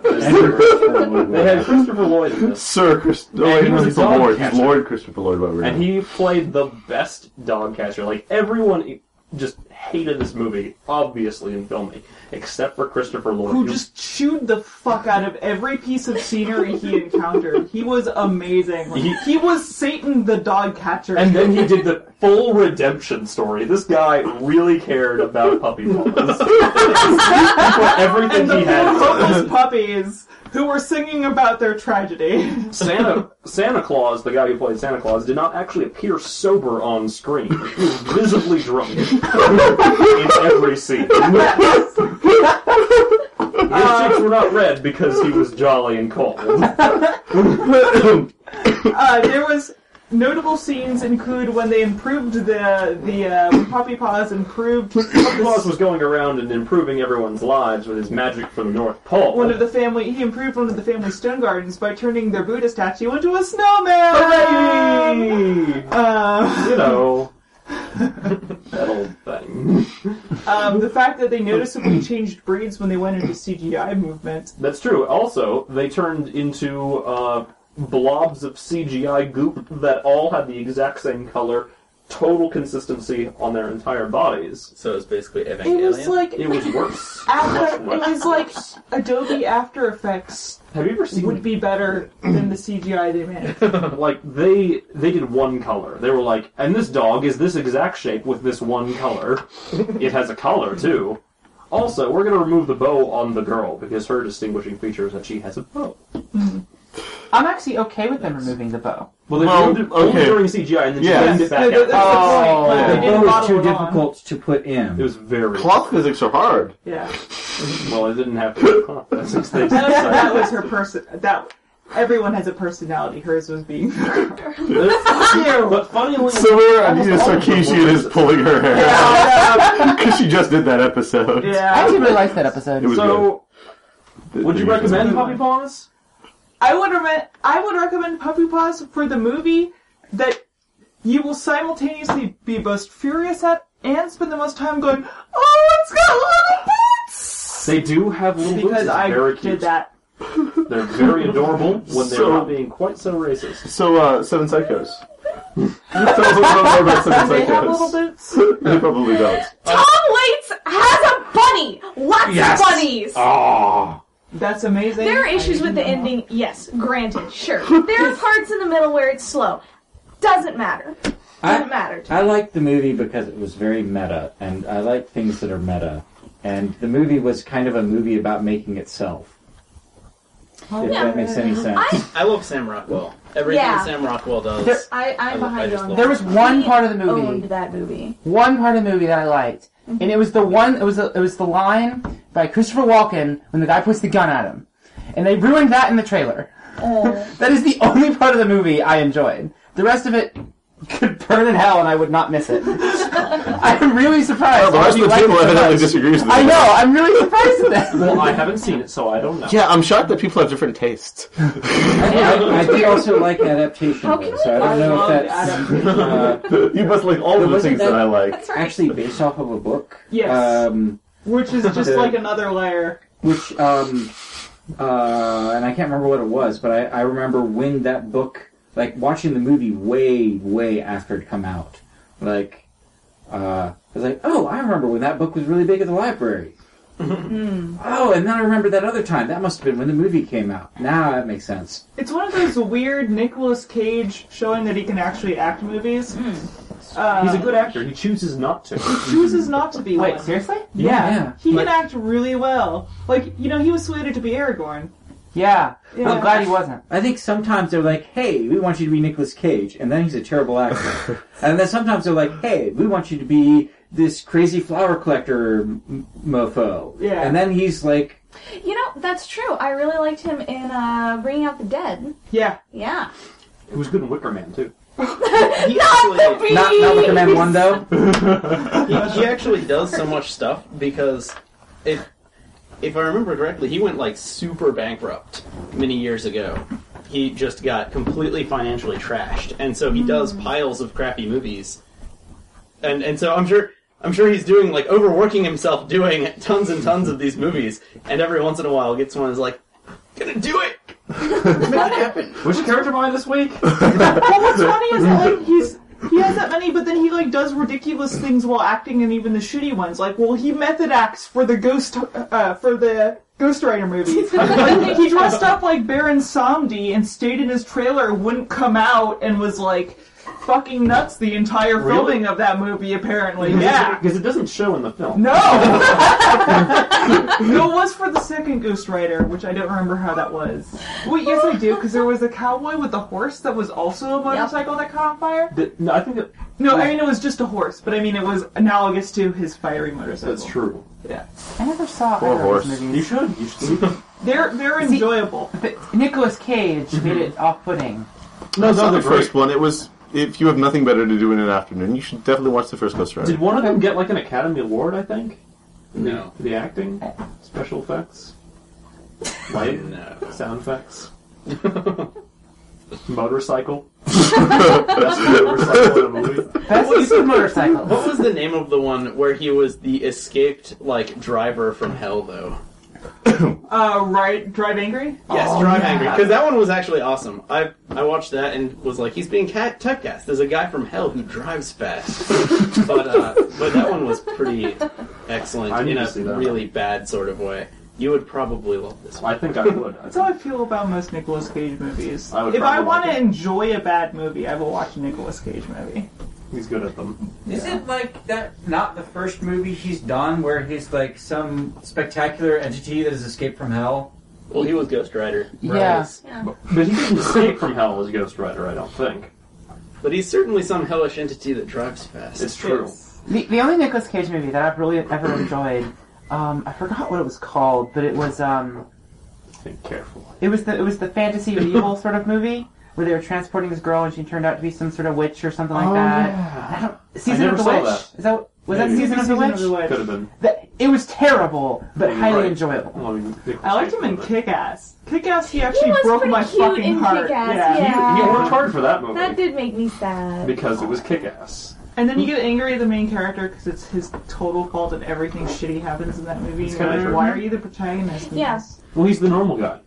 [SPEAKER 2] Webber. they had Christopher Lloyd in this.
[SPEAKER 7] Sir Chris. oh, No,
[SPEAKER 2] And
[SPEAKER 7] wait,
[SPEAKER 2] he was
[SPEAKER 7] no,
[SPEAKER 2] a
[SPEAKER 7] he's a
[SPEAKER 2] dog
[SPEAKER 7] Lord. He's
[SPEAKER 2] catcher.
[SPEAKER 7] Lord Christopher Lloyd Webber.
[SPEAKER 2] and he played the best dog catcher. Like everyone e- just hated this movie, obviously in filming, except for Christopher Lloyd,
[SPEAKER 5] Who just chewed the fuck out of every piece of scenery he encountered. He was amazing. Like,
[SPEAKER 2] He-
[SPEAKER 5] he, was Satan the dog catcher.
[SPEAKER 2] And then he did the full redemption story. This guy really cared about puppy balls. he put everything
[SPEAKER 5] And the
[SPEAKER 2] he had.
[SPEAKER 5] poor
[SPEAKER 2] into
[SPEAKER 5] homeless puppies who were singing about their tragedy.
[SPEAKER 2] it. Santa Santa Claus, the guy who played Santa Claus, did not actually appear sober on screen. He was visibly drunk in every scene. His cheeks were not red because he was jolly and cold.
[SPEAKER 5] Uh, there was Notable scenes include when they improved the the uh, when Poppy Paws improved
[SPEAKER 2] Claus was going around and improving everyone's lives with his magic from the North Pole.
[SPEAKER 5] one of the family. He improved one of the family stone gardens by turning their Buddha statue into a snowman.
[SPEAKER 2] Hooray!
[SPEAKER 5] Um,
[SPEAKER 2] You know, that old thing.
[SPEAKER 5] um, the fact that they noticeably changed breeds when they went into CGI movement.
[SPEAKER 2] That's true. Also, they turned into uh, blobs of CGI goop that all had the exact same color, total consistency on their entire bodies.
[SPEAKER 8] So it's basically
[SPEAKER 5] It
[SPEAKER 8] Evangelion.
[SPEAKER 5] was like
[SPEAKER 2] It was worse.
[SPEAKER 5] after, it was like Adobe After Effects
[SPEAKER 2] Have you ever seen
[SPEAKER 5] would be better than the CGI they made.
[SPEAKER 2] like they they did one color. They were like, and this dog is this exact shape with this one color. it has a collar too. Also, we're gonna remove the bow on the girl because her distinguishing feature is that she has a bow.
[SPEAKER 4] I'm actually okay with them removing the bow.
[SPEAKER 2] Well, they
[SPEAKER 7] Well,
[SPEAKER 2] removed it only
[SPEAKER 7] okay.
[SPEAKER 2] during CGI and then
[SPEAKER 7] Yeah.
[SPEAKER 2] she banged it back
[SPEAKER 5] No, that-
[SPEAKER 2] out.
[SPEAKER 5] that's the point,
[SPEAKER 7] Oh.
[SPEAKER 5] like, they
[SPEAKER 7] The
[SPEAKER 3] The
[SPEAKER 5] didn't
[SPEAKER 3] bow was
[SPEAKER 5] bottle
[SPEAKER 3] too
[SPEAKER 5] it on.
[SPEAKER 3] difficult to put in.
[SPEAKER 2] It was very
[SPEAKER 7] Cloth physics are hard.
[SPEAKER 5] Yeah.
[SPEAKER 2] well. It didn't have to. Huh, since they
[SPEAKER 5] And also,
[SPEAKER 2] decided-
[SPEAKER 5] that was her person. That everyone has a personality. Hers was being.
[SPEAKER 2] but funnily,
[SPEAKER 7] Somewhere Anita
[SPEAKER 2] all of them
[SPEAKER 7] Sarkeesian
[SPEAKER 2] were-
[SPEAKER 7] is pulling her hair out. Because she just did that episode.
[SPEAKER 4] I
[SPEAKER 5] yeah.
[SPEAKER 4] actually really liked that episode.
[SPEAKER 7] It was
[SPEAKER 2] so
[SPEAKER 7] good.
[SPEAKER 2] would you
[SPEAKER 7] It was
[SPEAKER 2] recommend
[SPEAKER 7] good.
[SPEAKER 2] Puppy Paws?
[SPEAKER 5] I would recommend. I would recommend Puppy Paws for the movie that you will simultaneously be most furious at and spend the most time going, "Oh, it's got little boots."
[SPEAKER 2] They do have little boots.
[SPEAKER 5] Because
[SPEAKER 2] It's
[SPEAKER 5] I
[SPEAKER 2] very
[SPEAKER 5] did
[SPEAKER 2] cute.
[SPEAKER 5] that.
[SPEAKER 2] They're very adorable when they're
[SPEAKER 7] So-
[SPEAKER 2] not being quite so racist.
[SPEAKER 7] So, uh, Seven Psychos. Tell us a little bit more about Seven
[SPEAKER 5] They have little
[SPEAKER 7] Psychos.
[SPEAKER 5] boots.
[SPEAKER 7] They probably don't.
[SPEAKER 6] Tom Waits has a bunny! Lots of bunnies!
[SPEAKER 7] Ah.
[SPEAKER 5] That's amazing.
[SPEAKER 6] There are issues with the ending, yes, granted, sure. There are parts in the middle where it's slow. Doesn't matter. Doesn't
[SPEAKER 3] I,
[SPEAKER 6] matter.
[SPEAKER 3] I liked the movie because it was very meta, and I like things that are meta. And the movie was kind of a movie about making itself.
[SPEAKER 6] Oh,
[SPEAKER 3] If that makes any sense.
[SPEAKER 8] I love Sam Rockwell. Everything
[SPEAKER 6] Yeah.
[SPEAKER 8] Sam Rockwell does.
[SPEAKER 4] There-
[SPEAKER 6] I, I'm
[SPEAKER 8] I
[SPEAKER 6] behind you
[SPEAKER 8] just
[SPEAKER 6] on
[SPEAKER 8] love
[SPEAKER 6] that.
[SPEAKER 4] There was one
[SPEAKER 6] He
[SPEAKER 4] part of the movie.
[SPEAKER 6] Owned that movie.
[SPEAKER 4] one part of the movie that I liked, and it was the one. It was the, it was the line by Christopher Walken when the guy puts the gun at him, and they ruined that in the trailer.
[SPEAKER 5] Oh.
[SPEAKER 4] that is the only part of the movie I enjoyed. The rest of it could burn in hell, and I would not miss it. I'm really
[SPEAKER 7] Well,
[SPEAKER 4] surprised.
[SPEAKER 7] the rest
[SPEAKER 4] you
[SPEAKER 7] of the
[SPEAKER 4] liked
[SPEAKER 7] table
[SPEAKER 4] it so
[SPEAKER 7] evidently
[SPEAKER 4] much.
[SPEAKER 7] disagrees with
[SPEAKER 4] I
[SPEAKER 7] this.
[SPEAKER 4] know. I'm really surprised at that.
[SPEAKER 2] Well, I haven't seen it, so I don't know.
[SPEAKER 7] Yeah, I'm shocked that people have different tastes.
[SPEAKER 3] I, I do also like adaptation,
[SPEAKER 6] How can
[SPEAKER 3] though, so I
[SPEAKER 5] I
[SPEAKER 3] don't know
[SPEAKER 5] love
[SPEAKER 3] if that's
[SPEAKER 5] Adam.
[SPEAKER 3] uh,
[SPEAKER 7] you must like all of the
[SPEAKER 3] Wasn't
[SPEAKER 7] things
[SPEAKER 3] that-
[SPEAKER 7] that, I like.
[SPEAKER 6] That's right.
[SPEAKER 3] actually based off of a book.
[SPEAKER 5] Yes.
[SPEAKER 3] Um,
[SPEAKER 5] Which is just
[SPEAKER 3] Yeah.
[SPEAKER 5] like another layer.
[SPEAKER 3] which, um, uh, and I can't remember what it was, but I, I remember when that book, like watching the movie way, way after it had come out. Like, uh, I was like, oh, I remember when that book was really big at the library. oh, and then I remember that other time. That must have been when the movie came out. Now that makes sense.
[SPEAKER 5] It's one of those weird Nicolas Cage showing that he can actually act movies. Uh,
[SPEAKER 2] He's a good actor. He chooses not to.
[SPEAKER 5] chooses not to be
[SPEAKER 4] Wait,
[SPEAKER 5] one.
[SPEAKER 4] seriously?
[SPEAKER 5] Yeah.
[SPEAKER 3] Yeah.
[SPEAKER 5] He
[SPEAKER 3] Like-
[SPEAKER 5] can act really well. Like, you know, he was slated to be Aragorn.
[SPEAKER 4] Yeah.
[SPEAKER 5] Yeah.
[SPEAKER 4] I'm glad he wasn't.
[SPEAKER 3] I think sometimes they're like, hey, we want you to be Nicolas Cage, and then he's a terrible actor. and then sometimes they're like, hey, we want you to be this crazy flower collector m- mofo.
[SPEAKER 5] Yeah.
[SPEAKER 3] And then he's like,
[SPEAKER 6] You know, that's true. I really liked him in uh, Bringing Out the Dead.
[SPEAKER 5] Yeah.
[SPEAKER 6] Yeah.
[SPEAKER 2] He was good in Wicker Man too.
[SPEAKER 8] He actually,
[SPEAKER 3] not, not Wicker Man 1, though.
[SPEAKER 8] he, he actually does so much stuff because if if I remember correctly, he went like super bankrupt many years ago. He just got completely financially trashed, and so he does piles of crappy movies. And and so I'm sure I'm sure he's doing like overworking himself, doing tons and tons of these movies, and every once in a while gets one is like, gonna do it.
[SPEAKER 2] Which character am I this week?
[SPEAKER 5] But what's funny is that, like, he's. He has that many, but then he like does ridiculous things while acting, and even the shitty ones. Like, well, he method acts for the ghost uh, for the Ghost Rider movie. like, he dressed up like Baron Samdi and stayed in his trailer, wouldn't come out, and was like fucking nuts the entire
[SPEAKER 2] Really?
[SPEAKER 5] filming of that movie. Apparently, yeah.
[SPEAKER 2] because it doesn't show in the film.
[SPEAKER 5] No! no, it was for the second Ghost Rider, which I don't remember how that was. Wait, yes, I do, because there was a cowboy with a horse that was also a motorcycle that caught on fire.
[SPEAKER 2] Th- no, I think that,
[SPEAKER 5] No, I mean, it was just a horse, but I mean, it was analogous to his fiery motorcycle.
[SPEAKER 2] that's true.
[SPEAKER 5] Yeah.
[SPEAKER 4] I never saw
[SPEAKER 7] Poor
[SPEAKER 4] either of
[SPEAKER 7] horse.
[SPEAKER 4] these
[SPEAKER 2] You
[SPEAKER 4] movies.
[SPEAKER 2] should. You should.
[SPEAKER 5] They're, they're
[SPEAKER 4] See-
[SPEAKER 5] enjoyable.
[SPEAKER 4] But Nicolas Cage made it off-putting.
[SPEAKER 7] No, it's not
[SPEAKER 2] they're
[SPEAKER 7] the first one. It was if you have nothing better to do in an afternoon, you should definitely watch the first Ghost Rider.
[SPEAKER 2] Did one of them get like an Academy Award? I think.
[SPEAKER 8] No.
[SPEAKER 2] For the acting, special effects, light, sound effects, motorcycle. Best motorcycle in a movie.
[SPEAKER 4] Best use of motorcycle.
[SPEAKER 8] What was the name of the one where he was the escaped like driver from hell though?
[SPEAKER 5] Uh, right, Drive Angry?
[SPEAKER 8] Yes, Drive Angry because that one was actually awesome. I I watched that and was like, he's being cat tech cast. There's a guy from hell who drives fast, but uh, but that one was pretty excellent
[SPEAKER 2] I need
[SPEAKER 8] in
[SPEAKER 2] to
[SPEAKER 8] a
[SPEAKER 2] see that.
[SPEAKER 8] really bad sort of way. You would probably love this one.
[SPEAKER 2] I think I would. I
[SPEAKER 5] That's how
[SPEAKER 2] think.
[SPEAKER 5] I feel about most Nicolas Cage movies.
[SPEAKER 2] I would
[SPEAKER 5] if I
[SPEAKER 2] probably
[SPEAKER 5] want
[SPEAKER 2] like
[SPEAKER 5] to
[SPEAKER 2] it.
[SPEAKER 5] enjoy a bad movie, I will watch a Nicolas Cage movie.
[SPEAKER 2] He's good at them.
[SPEAKER 9] Is it like that? Not the first movie he's done where he's like some spectacular entity that has escaped from hell.
[SPEAKER 8] Well, he was Ghost Rider,
[SPEAKER 4] Yeah.
[SPEAKER 6] Yeah.
[SPEAKER 2] But he didn't escape from hell as Ghost Rider. I don't think
[SPEAKER 8] but he's certainly some hellish entity that drives fast.
[SPEAKER 2] it's true.
[SPEAKER 4] The, the only Nicolas Cage movie that I've really ever enjoyed, um, I forgot what it was called, but it was um,
[SPEAKER 2] Think carefully.
[SPEAKER 4] it was the it was the fantasy medieval sort of movie where they were transporting this girl and she turned out to be some sort of witch or something like that. I don't, Season
[SPEAKER 2] Oh, never
[SPEAKER 4] of the
[SPEAKER 2] saw
[SPEAKER 4] Witch.
[SPEAKER 2] that.
[SPEAKER 4] Is that was that
[SPEAKER 2] Maybe.
[SPEAKER 4] Season of the
[SPEAKER 5] Season
[SPEAKER 4] Witch?
[SPEAKER 5] of the Witch.
[SPEAKER 2] Could have been.
[SPEAKER 4] That- it was terrible, but
[SPEAKER 2] You're
[SPEAKER 4] highly
[SPEAKER 2] right.
[SPEAKER 4] enjoyable.
[SPEAKER 2] Well, I mean, Nicolas
[SPEAKER 5] I liked
[SPEAKER 2] Cage
[SPEAKER 5] him in
[SPEAKER 2] did it.
[SPEAKER 5] Kick Ass. Kick Ass, he actually
[SPEAKER 6] was
[SPEAKER 5] broke
[SPEAKER 6] pretty
[SPEAKER 5] my
[SPEAKER 6] cute
[SPEAKER 5] fucking
[SPEAKER 6] in
[SPEAKER 5] heart.
[SPEAKER 6] Kick-Ass,
[SPEAKER 5] yeah.
[SPEAKER 6] yeah.
[SPEAKER 2] You, you worked hard for that movie
[SPEAKER 6] That did make me sad.
[SPEAKER 2] because it was kick-ass.
[SPEAKER 5] And then you get angry at the main character because it's his total fault and everything shitty happens in that movie.
[SPEAKER 2] It's
[SPEAKER 5] You're
[SPEAKER 2] kinda
[SPEAKER 5] like,
[SPEAKER 2] true.
[SPEAKER 5] why are you the protagonist? in
[SPEAKER 6] Yeah.
[SPEAKER 5] this?
[SPEAKER 2] Well, he's the normal guy.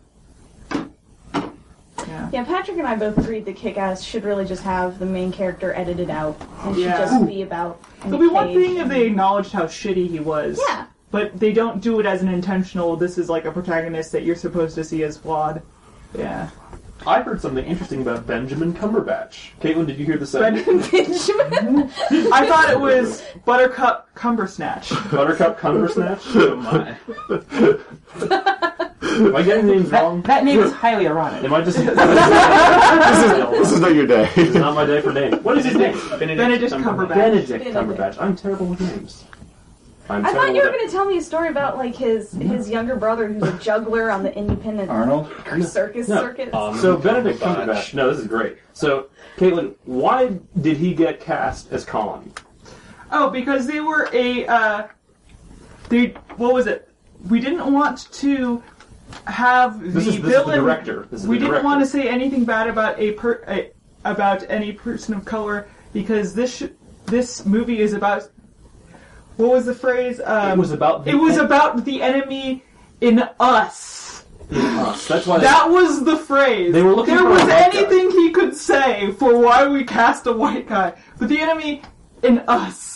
[SPEAKER 5] Yeah.
[SPEAKER 6] Yeah, Patrick and I both agreed that Kick Ass should really just have the main character edited out. It should
[SPEAKER 5] Yeah.
[SPEAKER 6] just be about.
[SPEAKER 5] It'd be
[SPEAKER 6] Nick
[SPEAKER 5] one
[SPEAKER 6] Cage.
[SPEAKER 5] thing if they acknowledged how shitty he was.
[SPEAKER 6] Yeah.
[SPEAKER 5] But they don't do it as an intentional, this is like a protagonist that you're supposed to see as flawed. Yeah.
[SPEAKER 2] I heard something interesting about Benjamin Cumberbatch. Caitlin, did you hear the
[SPEAKER 5] But
[SPEAKER 2] second
[SPEAKER 5] I thought it was Buttercup Cumbersnatch.
[SPEAKER 2] Buttercup Cumbersnatch?
[SPEAKER 8] Oh my.
[SPEAKER 2] Am I getting names wrong?
[SPEAKER 4] That name is highly erotic.
[SPEAKER 2] Am I just? this
[SPEAKER 7] This is not your day.
[SPEAKER 2] is not my day for names. What is his name?
[SPEAKER 8] Benedict,
[SPEAKER 5] Benedict
[SPEAKER 8] Cumberbatch.
[SPEAKER 5] Cumberbatch.
[SPEAKER 2] Benedict Cumberbatch. I'm terrible with names. I'm
[SPEAKER 6] I thought
[SPEAKER 2] terrible
[SPEAKER 6] you were
[SPEAKER 2] with-
[SPEAKER 6] going to tell me a story about like his his younger brother who's a juggler on the independent
[SPEAKER 3] Arnold.
[SPEAKER 6] circus
[SPEAKER 2] No.
[SPEAKER 6] circuit.
[SPEAKER 8] Um,
[SPEAKER 2] So Benedict
[SPEAKER 8] Cumberbatch.
[SPEAKER 2] Cumberbatch. No, this is great. So, Caitlin, why did he get cast as Colin?
[SPEAKER 5] Oh, because they were a uh, they what was it? We didn't want to have the
[SPEAKER 2] This is, this is the
[SPEAKER 5] villain.
[SPEAKER 2] director. This is
[SPEAKER 5] we
[SPEAKER 2] the
[SPEAKER 5] didn't
[SPEAKER 2] director.
[SPEAKER 5] want to say anything bad about a, per, a about any person of color because this sh- this movie is about what was the phrase? Um,
[SPEAKER 2] It was about the
[SPEAKER 5] it was
[SPEAKER 2] en-
[SPEAKER 5] about the enemy in us.
[SPEAKER 2] us. That's why.
[SPEAKER 5] That was the phrase.
[SPEAKER 2] They were looking
[SPEAKER 5] there
[SPEAKER 2] for a
[SPEAKER 5] was
[SPEAKER 2] white guy.
[SPEAKER 5] anything he could say for why we cast a white guy. But the enemy in us.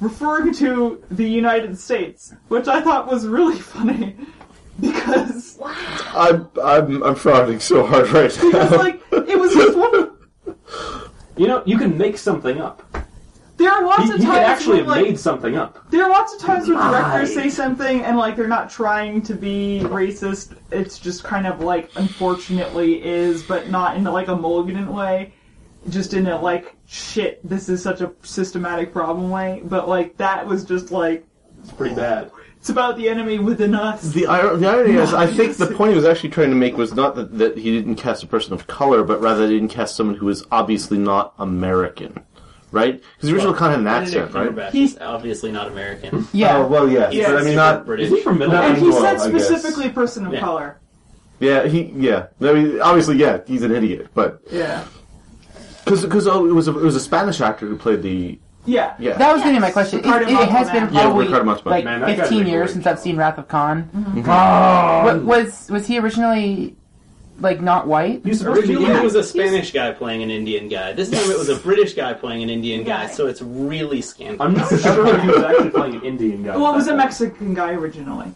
[SPEAKER 5] Referring to the United States, which I thought was really funny. Because,
[SPEAKER 7] I'm, I'm, I'm frowning so hard right
[SPEAKER 5] because
[SPEAKER 7] now.
[SPEAKER 5] like, it was just one.
[SPEAKER 2] you know, you can make something up.
[SPEAKER 5] There are
[SPEAKER 2] He,
[SPEAKER 5] lots
[SPEAKER 2] he
[SPEAKER 5] of
[SPEAKER 2] could
[SPEAKER 5] times
[SPEAKER 2] actually
[SPEAKER 5] when,
[SPEAKER 2] have
[SPEAKER 5] like,
[SPEAKER 2] made something up.
[SPEAKER 5] there are lots of times when directors say something and like they're not trying to be racist. It's just kind of like unfortunately is, but not in like a mulligan way. Just in a like shit, this is such a systematic problem way. But like that was just like
[SPEAKER 2] It's pretty bad.
[SPEAKER 5] it's about the enemy within us.
[SPEAKER 7] The, ir- the irony is, I think the point he was actually trying to make was not that, that he didn't cast a person of color, but rather he didn't cast someone who was obviously not American, right? Because the original can't have an
[SPEAKER 8] Benedict
[SPEAKER 7] accent, right?
[SPEAKER 8] Cumberbatch
[SPEAKER 5] He's-
[SPEAKER 8] is obviously not American.
[SPEAKER 4] Yeah.
[SPEAKER 7] Oh, well, yes,
[SPEAKER 5] Yes.
[SPEAKER 7] but I mean,
[SPEAKER 8] Not
[SPEAKER 7] not.
[SPEAKER 2] Is he
[SPEAKER 8] British.
[SPEAKER 2] from
[SPEAKER 7] Yeah.
[SPEAKER 5] and
[SPEAKER 2] Midnight?
[SPEAKER 5] he
[SPEAKER 7] Anglo, I
[SPEAKER 5] said
[SPEAKER 7] guess.
[SPEAKER 5] specifically person of
[SPEAKER 8] Yeah.
[SPEAKER 5] color.
[SPEAKER 7] Yeah, he. Yeah, I mean, obviously, yeah, he's an idiot, but
[SPEAKER 5] Yeah.
[SPEAKER 7] because because oh, it was a, it was a Spanish actor who played the
[SPEAKER 5] Yeah.
[SPEAKER 7] yeah.
[SPEAKER 4] That was going to be my question. It,
[SPEAKER 5] Ricardo
[SPEAKER 4] it has been
[SPEAKER 5] Montalban.
[SPEAKER 7] Yeah,
[SPEAKER 4] probably
[SPEAKER 7] Ricardo Montalban.
[SPEAKER 4] like
[SPEAKER 2] Man, that guy's
[SPEAKER 4] 15
[SPEAKER 2] a
[SPEAKER 4] years
[SPEAKER 2] great
[SPEAKER 4] since I've seen Wrath of Khan.
[SPEAKER 2] Oh,
[SPEAKER 4] What, was was he originally like not white?
[SPEAKER 2] you supposed to be
[SPEAKER 8] Originally, it was
[SPEAKER 2] Indian.
[SPEAKER 8] a Spanish guy playing an Indian guy. This time, it was a British guy playing an Indian guy. So it's really scandalous.
[SPEAKER 2] I'm not sure if he was actually playing an Indian guy.
[SPEAKER 5] Well, it was a
[SPEAKER 2] Mexican.
[SPEAKER 5] Mexican guy originally,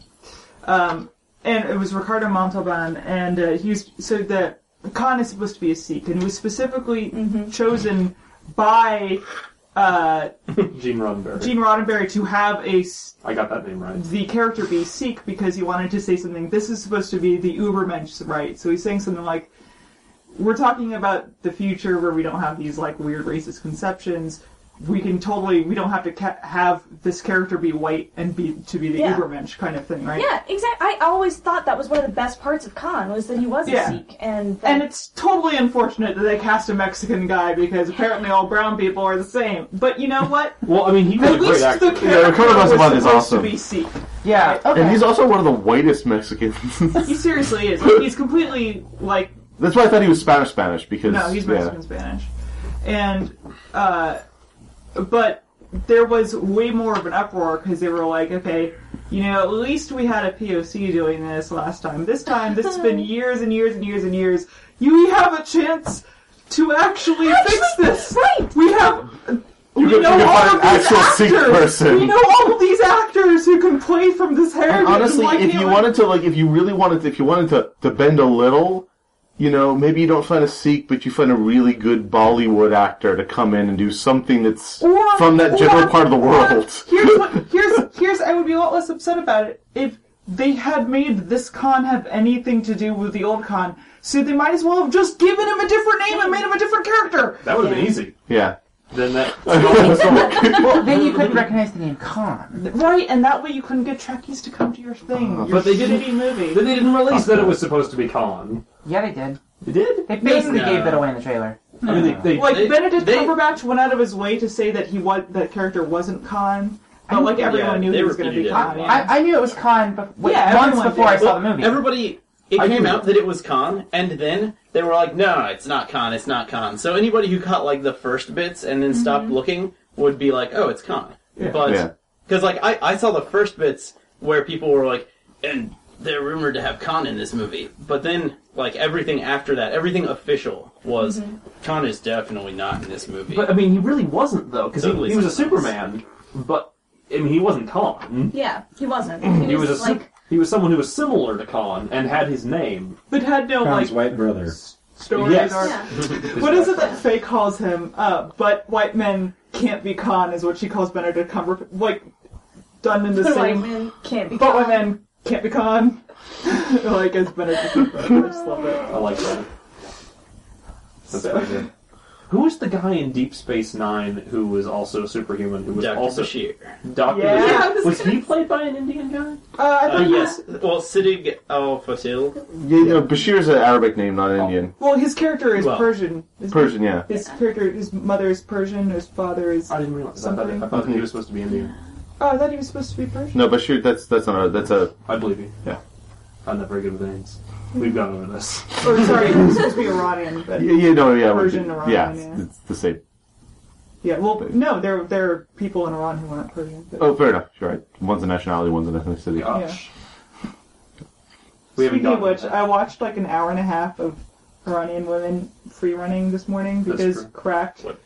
[SPEAKER 5] um, and it was Ricardo Montalban, and uh, he was so the Khan is supposed to be a Sikh, and he was specifically chosen by uh,
[SPEAKER 2] Gene Roddenberry.
[SPEAKER 5] Gene Roddenberry to have a s-
[SPEAKER 2] I got that name right.
[SPEAKER 5] the character be Sikh because he wanted to say something. This is supposed to be the Ubermensch, right? So he's saying something like, "We're talking about the future where we don't have these like weird racist conceptions." we can totally we don't have to ca- have this character be white and be to be the
[SPEAKER 6] Yeah.
[SPEAKER 5] Ubermensch kind of thing, right?
[SPEAKER 6] Yeah, exactly. I always thought that was one of the best parts of Khan was that he was
[SPEAKER 5] Yeah.
[SPEAKER 6] a Sikh, and that,
[SPEAKER 5] And it's totally unfortunate that they cast a Mexican guy because apparently all brown people are the same. But you know what?
[SPEAKER 2] Well, I mean, he was a
[SPEAKER 5] At
[SPEAKER 2] great
[SPEAKER 5] least
[SPEAKER 2] actor.
[SPEAKER 5] the character
[SPEAKER 7] Ricardo
[SPEAKER 5] was
[SPEAKER 7] Montalban
[SPEAKER 5] supposed
[SPEAKER 7] is awesome.
[SPEAKER 5] to be Sikh.
[SPEAKER 4] Yeah. Okay.
[SPEAKER 7] And he's also one of the whitest Mexicans.
[SPEAKER 5] He seriously is. Like, he's completely like
[SPEAKER 7] That's why I thought he was Spanish Spanish because
[SPEAKER 5] No, he's
[SPEAKER 7] yeah.
[SPEAKER 5] Mexican Spanish. And, uh, but there was way more of an uproar because they were like, okay, you know, at least we had a POC doing this last time. This time, this has been years and years and years and years. You have a chance to actually, fix this.
[SPEAKER 6] right.
[SPEAKER 5] We have.
[SPEAKER 7] You
[SPEAKER 5] we
[SPEAKER 7] could-
[SPEAKER 5] know
[SPEAKER 7] you could
[SPEAKER 5] all
[SPEAKER 7] find
[SPEAKER 5] of
[SPEAKER 7] an
[SPEAKER 5] these
[SPEAKER 7] actual Sikh
[SPEAKER 5] actors.
[SPEAKER 7] person.
[SPEAKER 5] We know all of these actors who can play from this heritage.
[SPEAKER 7] And honestly,
[SPEAKER 5] Why
[SPEAKER 7] if
[SPEAKER 5] can't
[SPEAKER 7] you
[SPEAKER 5] we-
[SPEAKER 7] wanted to, like, if you really wanted, to, if you wanted to, to bend a little, you know, maybe you don't find a Sikh, but you find a really good Bollywood actor to come in and do something that's
[SPEAKER 5] Or-
[SPEAKER 7] from that
[SPEAKER 5] or-
[SPEAKER 7] general part of the world.
[SPEAKER 5] or- here's what here's here's I would be a lot less upset about it if they had made this con have anything to do with the old con. So they might as well have just given him a different name and made him a different character.
[SPEAKER 2] That would have been easy.
[SPEAKER 7] yeah.
[SPEAKER 2] Then that.
[SPEAKER 4] then you couldn't recognize the name Khan.
[SPEAKER 5] Right, and that way you couldn't get Trekkies to come to your thing. your
[SPEAKER 2] but they didn't-
[SPEAKER 5] shitty movie.
[SPEAKER 2] Then they didn't release that it was supposed to be Khan.
[SPEAKER 4] Yeah, they did.
[SPEAKER 2] They did?
[SPEAKER 4] They basically
[SPEAKER 9] No.
[SPEAKER 4] gave that away in the trailer.
[SPEAKER 2] I mean, they. they
[SPEAKER 5] like
[SPEAKER 9] They-
[SPEAKER 5] Benedict
[SPEAKER 9] they-
[SPEAKER 5] Cumberbatch went out of his way to say that he was that character wasn't Khan, but like everyone
[SPEAKER 8] yeah,
[SPEAKER 5] knew
[SPEAKER 8] they
[SPEAKER 5] he was going to be
[SPEAKER 8] repeated it.
[SPEAKER 5] Khan. yeah.
[SPEAKER 4] I, I knew it was Khan bef- wait,
[SPEAKER 5] Yeah,
[SPEAKER 4] months
[SPEAKER 5] everyone
[SPEAKER 4] before
[SPEAKER 5] did.
[SPEAKER 4] I saw the movie.
[SPEAKER 8] Everybody, it
[SPEAKER 2] I
[SPEAKER 8] came
[SPEAKER 2] do.
[SPEAKER 8] out that it was Khan, and then they were like, "No, it's not Khan. It's not Khan." So anybody who caught like the first bits and then stopped looking would be like, "Oh, it's Khan."
[SPEAKER 7] Yeah.
[SPEAKER 8] But because like I, I saw the first bits where people were like, "And they're rumored to have Khan in this movie," but then like everything after that, everything official was Khan is definitely not in this movie.
[SPEAKER 2] But uh, I mean, he really wasn't though, because
[SPEAKER 8] Totally
[SPEAKER 2] he, he was a
[SPEAKER 8] something
[SPEAKER 2] Superman. But I mean, he wasn't Khan.
[SPEAKER 6] yeah, he wasn't.
[SPEAKER 7] Mm-hmm.
[SPEAKER 6] He,
[SPEAKER 2] He was a
[SPEAKER 6] was
[SPEAKER 2] sim-
[SPEAKER 6] like
[SPEAKER 2] he was someone who was similar to Khan and had his name.
[SPEAKER 5] but had no
[SPEAKER 3] Khan's
[SPEAKER 5] like
[SPEAKER 3] white brother.
[SPEAKER 5] stories
[SPEAKER 2] Yes.
[SPEAKER 5] or
[SPEAKER 6] yeah.
[SPEAKER 5] What is it that Faye calls him? Uh, but white men can't be con is what she calls Benedict Cumberbatch. Like done in the
[SPEAKER 6] But white
[SPEAKER 5] same.
[SPEAKER 6] men can't be.
[SPEAKER 5] but white
[SPEAKER 6] Khan.
[SPEAKER 5] men can't be con. like as Benedict Cumberbatch. I just love it.
[SPEAKER 2] I like that. That's
[SPEAKER 5] So-
[SPEAKER 2] pretty good. Who was the guy in Deep Space Nine who was also superhuman? Who was
[SPEAKER 8] Dr.
[SPEAKER 2] also
[SPEAKER 8] Bashir.
[SPEAKER 2] Doctor?
[SPEAKER 5] Yeah, I
[SPEAKER 2] was
[SPEAKER 5] was
[SPEAKER 2] he played by an Indian guy?
[SPEAKER 5] Uh, I
[SPEAKER 8] Uh,
[SPEAKER 5] thought
[SPEAKER 8] yes, well, Siddig Al Fatil.
[SPEAKER 7] Yeah, Oh. you know, Bashir's an Arabic name, not Indian.
[SPEAKER 5] Well, his character is
[SPEAKER 8] Well,
[SPEAKER 5] Persian. His,
[SPEAKER 7] Persian, yeah.
[SPEAKER 5] His character, his mother is Persian. His father is.
[SPEAKER 7] Uh,
[SPEAKER 2] I didn't realize. I thought, I
[SPEAKER 5] Something.
[SPEAKER 2] thought he was supposed to be Indian.
[SPEAKER 5] Oh, I thought he was supposed to be Persian.
[SPEAKER 7] No, Bashir, that's that's not a, that's a
[SPEAKER 2] I believe you.
[SPEAKER 7] Yeah.
[SPEAKER 2] I'm not very good with names. We've gone over this.
[SPEAKER 5] Or Oh, sorry, he was supposed to be Iranian. But
[SPEAKER 7] yeah, yeah no yeah
[SPEAKER 5] Persian
[SPEAKER 7] yeah,
[SPEAKER 5] Iran,
[SPEAKER 7] it's,
[SPEAKER 5] yeah.
[SPEAKER 7] it's the same.
[SPEAKER 5] yeah, well, no, there there are people in Iran who aren't Persian. But,
[SPEAKER 7] Oh, fair enough. You're right. One's a nationality, one's an ethnicity.
[SPEAKER 2] Gosh. We haven't
[SPEAKER 5] Speaking of
[SPEAKER 2] gotten
[SPEAKER 5] which,
[SPEAKER 2] to that.
[SPEAKER 5] I watched like an hour and a half of Iranian women free running this morning
[SPEAKER 2] That's
[SPEAKER 5] because
[SPEAKER 2] true.
[SPEAKER 5] Cracked
[SPEAKER 8] What?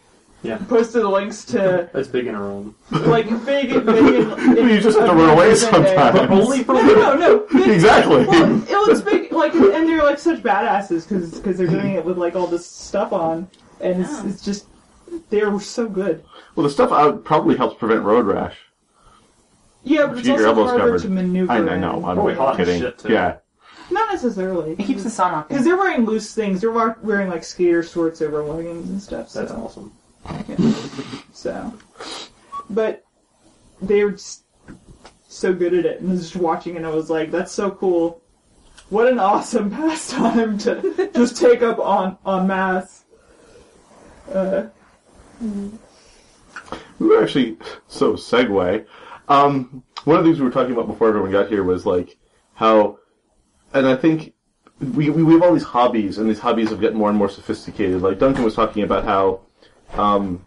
[SPEAKER 2] Yeah.
[SPEAKER 5] posted links to
[SPEAKER 2] That's big in a room.
[SPEAKER 5] like big, big. and-
[SPEAKER 7] You just have to run away
[SPEAKER 5] and-
[SPEAKER 7] sometimes.
[SPEAKER 2] Only for
[SPEAKER 5] No, no, no. no. Big-
[SPEAKER 7] Exactly.
[SPEAKER 5] Well, it looks big, like, and they're like such badasses because they're doing it with like all this stuff on, and it's, it's just they're so good.
[SPEAKER 7] Well, the stuff out probably helps prevent road rash.
[SPEAKER 5] Yeah, but
[SPEAKER 7] Keep
[SPEAKER 5] it's
[SPEAKER 7] your
[SPEAKER 5] also
[SPEAKER 7] elbows
[SPEAKER 5] harder
[SPEAKER 7] covered.
[SPEAKER 5] to maneuver.
[SPEAKER 7] I, I know.
[SPEAKER 5] in.
[SPEAKER 7] I'm
[SPEAKER 2] Probably hot as
[SPEAKER 7] kidding.
[SPEAKER 2] shit, too.
[SPEAKER 7] Yeah.
[SPEAKER 5] Not necessarily.
[SPEAKER 4] it keeps the sun off.
[SPEAKER 5] Because they're wearing loose things. They're wa- wearing like skater shorts over leggings and stuff. So.
[SPEAKER 2] That's awesome.
[SPEAKER 5] So, but they're just so good at it, and I was just watching, and I was like, "That's so cool! What an awesome pastime to just take up on on mass." Uh,
[SPEAKER 7] We were actually so segue. Um, one of the things we were talking about before everyone got here was like how, and I think we, we we have all these hobbies, and these hobbies have gotten more and more sophisticated. Like Duncan was talking about how, um,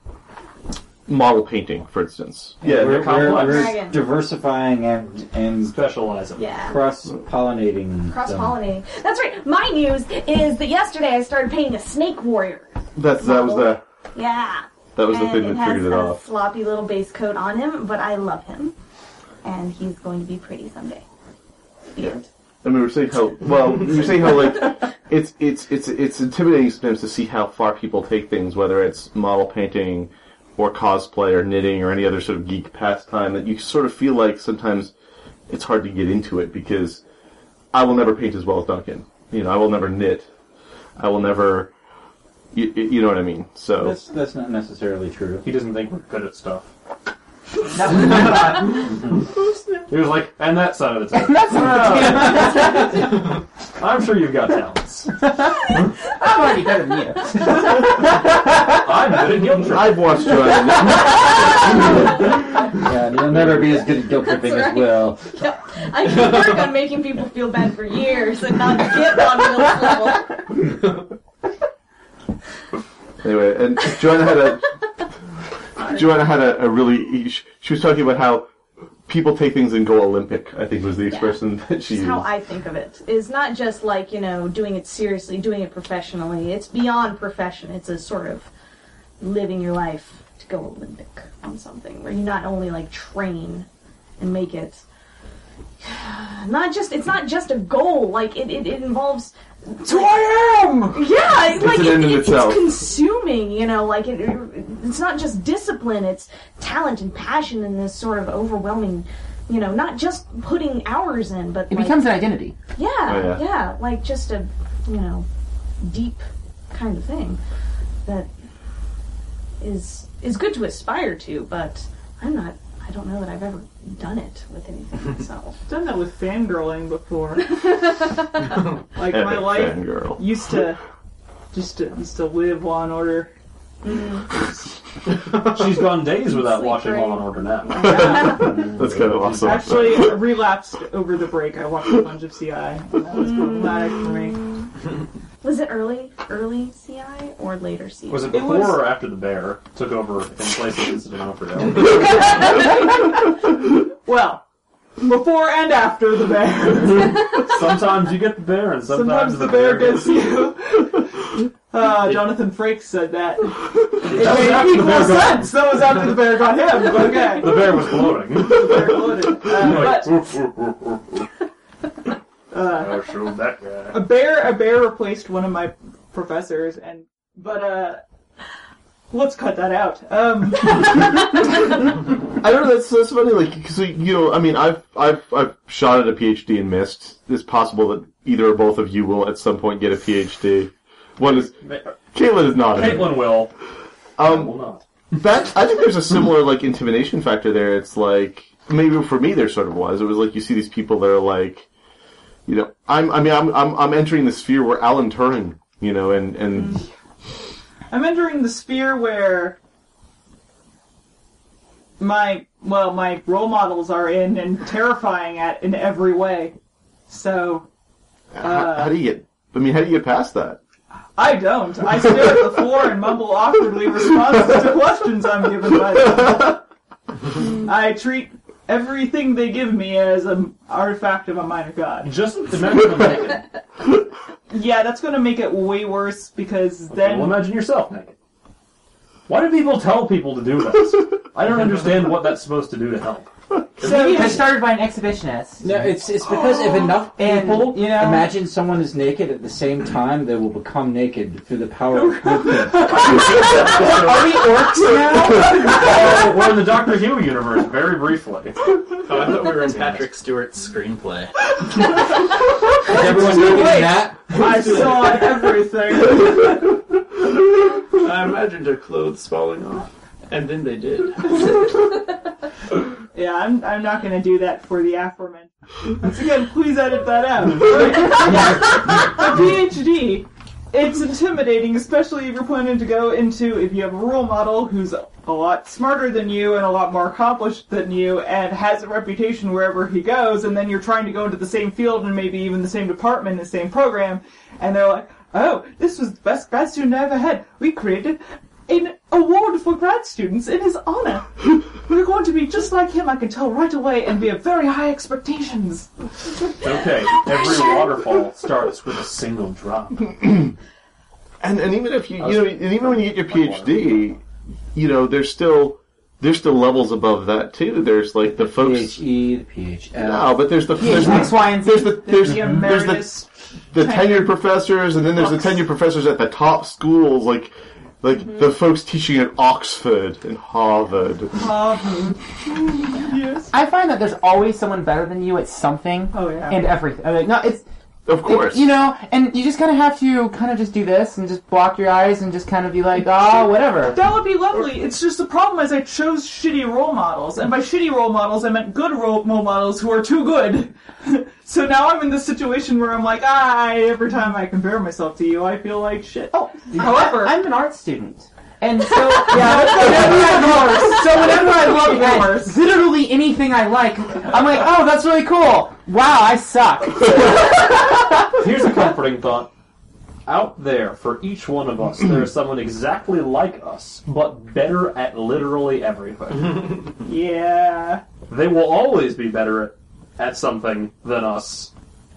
[SPEAKER 7] model painting, for instance.
[SPEAKER 2] Yeah,
[SPEAKER 3] we're,
[SPEAKER 2] they're complex.
[SPEAKER 3] we're- we're
[SPEAKER 6] Dragon.
[SPEAKER 3] diversifying and and
[SPEAKER 2] Specialize them.
[SPEAKER 6] yeah.
[SPEAKER 3] cross pollinating.
[SPEAKER 6] Cross pollinating. That's right. My news is that yesterday I started painting a snake warrior.
[SPEAKER 7] That's that was the
[SPEAKER 6] Yeah.
[SPEAKER 7] that was the
[SPEAKER 6] and
[SPEAKER 7] thing
[SPEAKER 6] it
[SPEAKER 7] that
[SPEAKER 6] has
[SPEAKER 7] triggered it
[SPEAKER 6] a
[SPEAKER 7] off.
[SPEAKER 6] floppy little base coat on him, but I love him, and he's going to be pretty someday. Beard.
[SPEAKER 7] And we were saying how well we were saying how like it's it's it's it's intimidating sometimes to see how far people take things, whether it's model painting or cosplay or knitting or any other sort of geek pastime that you sort of feel like sometimes it's hard to get into it because I will never paint as well as Duncan. You know, I will never knit. I will never You, you know what I mean? So
[SPEAKER 3] That's that's not necessarily true.
[SPEAKER 2] He doesn't think we're good at stuff.
[SPEAKER 4] That's
[SPEAKER 2] He was like, and that side of the table.
[SPEAKER 4] not.
[SPEAKER 2] I'm sure you've got talents.
[SPEAKER 4] I'm already better than you.
[SPEAKER 2] I'm good at guilt trip.
[SPEAKER 7] I've watched you. on-
[SPEAKER 3] Yeah, you'll never be as good at guilt tripping
[SPEAKER 6] That's
[SPEAKER 3] as Will.
[SPEAKER 6] Yep. I can work on making people feel bad for years and not get on Will's level.
[SPEAKER 7] Anyway, and Joanna had a Joanna had a, a really. She, she was talking about how people take things and go Olympic. I think was the expression that she
[SPEAKER 6] That's
[SPEAKER 7] used.
[SPEAKER 6] how I think of it. It's not just like, you know, doing it seriously, doing it professionally. It's beyond profession. It's a sort of living your life to go Olympic on something where you not only like train and make it not just it's not just a goal, like it, it, it involves
[SPEAKER 5] Who I am!
[SPEAKER 6] Yeah, it's like
[SPEAKER 7] an
[SPEAKER 6] it,
[SPEAKER 7] end in
[SPEAKER 6] it-
[SPEAKER 7] itself.
[SPEAKER 6] it's consuming, you know, like it, it- it's not just discipline, it's talent and passion and this sort of overwhelming, you know, not just putting hours in, but
[SPEAKER 4] It
[SPEAKER 6] like,
[SPEAKER 4] becomes an identity.
[SPEAKER 6] yeah,
[SPEAKER 7] Oh, yeah.
[SPEAKER 6] yeah, like just a, you know, deep kind of thing that is is good to aspire to, but I'm not I don't know that I've ever done it with anything myself.
[SPEAKER 5] done that with fangirling before. like my
[SPEAKER 7] Epic
[SPEAKER 5] life
[SPEAKER 7] fangirl.
[SPEAKER 5] used to just to, used to live Law and Order.
[SPEAKER 2] She's gone days without
[SPEAKER 6] Sleep
[SPEAKER 2] watching
[SPEAKER 6] great.
[SPEAKER 2] Law and Order now.
[SPEAKER 7] That's kind of awesome.
[SPEAKER 5] Actually, I relapsed over the break. I watched a bunch of CI, and that was problematic for me.
[SPEAKER 6] Was it early early CI or later CI?
[SPEAKER 2] Was it
[SPEAKER 5] It
[SPEAKER 2] before
[SPEAKER 5] was-
[SPEAKER 2] or after the bear took over in place of Incident Alfredo?
[SPEAKER 5] Well, before and after the bear.
[SPEAKER 2] sometimes you get the bear, and sometimes,
[SPEAKER 5] Sometimes the bear gets you. Uh, Jonathan Frakes said that. It made
[SPEAKER 2] after the bear
[SPEAKER 5] equal
[SPEAKER 2] got-
[SPEAKER 5] sense. That was after the bear got him. Okay.
[SPEAKER 2] The bear was gloating.
[SPEAKER 5] The bear gloated.
[SPEAKER 2] Like,
[SPEAKER 5] Uh, but
[SPEAKER 2] "Woof, woof, woof, woof, woof."
[SPEAKER 5] uh,
[SPEAKER 2] I'll show that guy.
[SPEAKER 5] a bear a bear replaced one of my professors and but uh let's cut that out um
[SPEAKER 7] I don't know. That's that's funny. Like, because you know, I mean, I've I've I've shot at a PhD and missed. It's possible that either or both of you will at some point get a PhD. One is Caitlin is not. in it.
[SPEAKER 2] Caitlin will. I
[SPEAKER 7] Um,
[SPEAKER 2] will not.
[SPEAKER 7] that I think there's a similar like intimidation factor there. It's like maybe for me there sort of was. It was like you see these people that are like, you know, I'm I mean I'm I'm, I'm entering the sphere where Alan Turing, you know, and and
[SPEAKER 5] i'm entering the sphere where my well my role models are in and terrifying at in every way so
[SPEAKER 7] how, how do you get? I mean, how do you get past that?
[SPEAKER 5] i don't i stare at the floor and mumble awkwardly responses to questions i'm given by them i treat everything they give me as an artifact of a minor god
[SPEAKER 2] Just imagine the naked.
[SPEAKER 5] Yeah, that's gonna make it way worse because
[SPEAKER 2] Well,
[SPEAKER 5] then
[SPEAKER 2] imagine yourself naked. Why do people tell people to do this? I don't understand what that's supposed to do to help.
[SPEAKER 4] I started by an exhibitionist.
[SPEAKER 9] No, it's it's because if enough
[SPEAKER 4] And,
[SPEAKER 9] people
[SPEAKER 4] you know-
[SPEAKER 9] imagine someone is naked at the same time, they will become naked through the power of grouping.
[SPEAKER 4] Are we orcs now?
[SPEAKER 2] Oh, we're in the Doctor Who universe, very briefly.
[SPEAKER 8] Oh, I thought we were in Patrick Stewart's screenplay.
[SPEAKER 9] Is everyone naked in that?
[SPEAKER 5] I saw everything.
[SPEAKER 8] I imagined her clothes falling off. And then they did.
[SPEAKER 5] yeah, I'm, I'm not gonna do that for the aforementioned. Once again, please edit that out. a PhD, it's intimidating, especially if you're planning to go into if you have a role model who's a lot smarter than you and a lot more accomplished than you and has a reputation wherever he goes, and then you're trying to go into the same field and maybe even the same department, the same program, and they're like, "Oh, this was the best grad student I ever had. We created." An award for grad students in his honor. We're going to be just like him, I can tell right away, and we have very high expectations.
[SPEAKER 2] Okay, every waterfall starts with a single drop.
[SPEAKER 7] And and even if you you know and even when you get your PhD, you know, there's still there's still levels above that too. There's like the folks.
[SPEAKER 9] PHE, the PHL.
[SPEAKER 7] No, but there's the there's
[SPEAKER 4] X,
[SPEAKER 7] the,
[SPEAKER 4] Y, and Z.
[SPEAKER 7] there's the there's,
[SPEAKER 5] The
[SPEAKER 7] there's the
[SPEAKER 5] emeritus
[SPEAKER 7] the tenured professors, and then there's the
[SPEAKER 5] Ox-
[SPEAKER 7] tenured professors at the top schools, like like
[SPEAKER 4] Mm-hmm.
[SPEAKER 7] the folks teaching at Oxford and Harvard.
[SPEAKER 5] Um, yes.
[SPEAKER 4] I find that there's always someone better than you at something
[SPEAKER 5] Oh, yeah.
[SPEAKER 4] and everything. I mean, no, it's
[SPEAKER 7] Of course.
[SPEAKER 4] You know, and you just kind of have to kind of just do this and just block your eyes and just kind of be like, ah, whatever.
[SPEAKER 5] That would be lovely. It's just the problem is I chose shitty role models, and by shitty role models I meant good role, role models who are too good. so now I'm in this situation where I'm like, I every time I compare myself to you, I feel like shit.
[SPEAKER 4] Oh,
[SPEAKER 5] However-
[SPEAKER 4] I, am an art student. And so, yeah, so whenever I
[SPEAKER 5] Worse.
[SPEAKER 4] so whenever I look at
[SPEAKER 5] Worse.
[SPEAKER 4] literally anything I like, I'm like, oh, that's really cool. Wow, I suck.
[SPEAKER 2] Here's a comforting thought. Out there, for each one of us, there is someone exactly like us, but better at literally everything.
[SPEAKER 5] yeah.
[SPEAKER 2] they will always be better at, at something than us.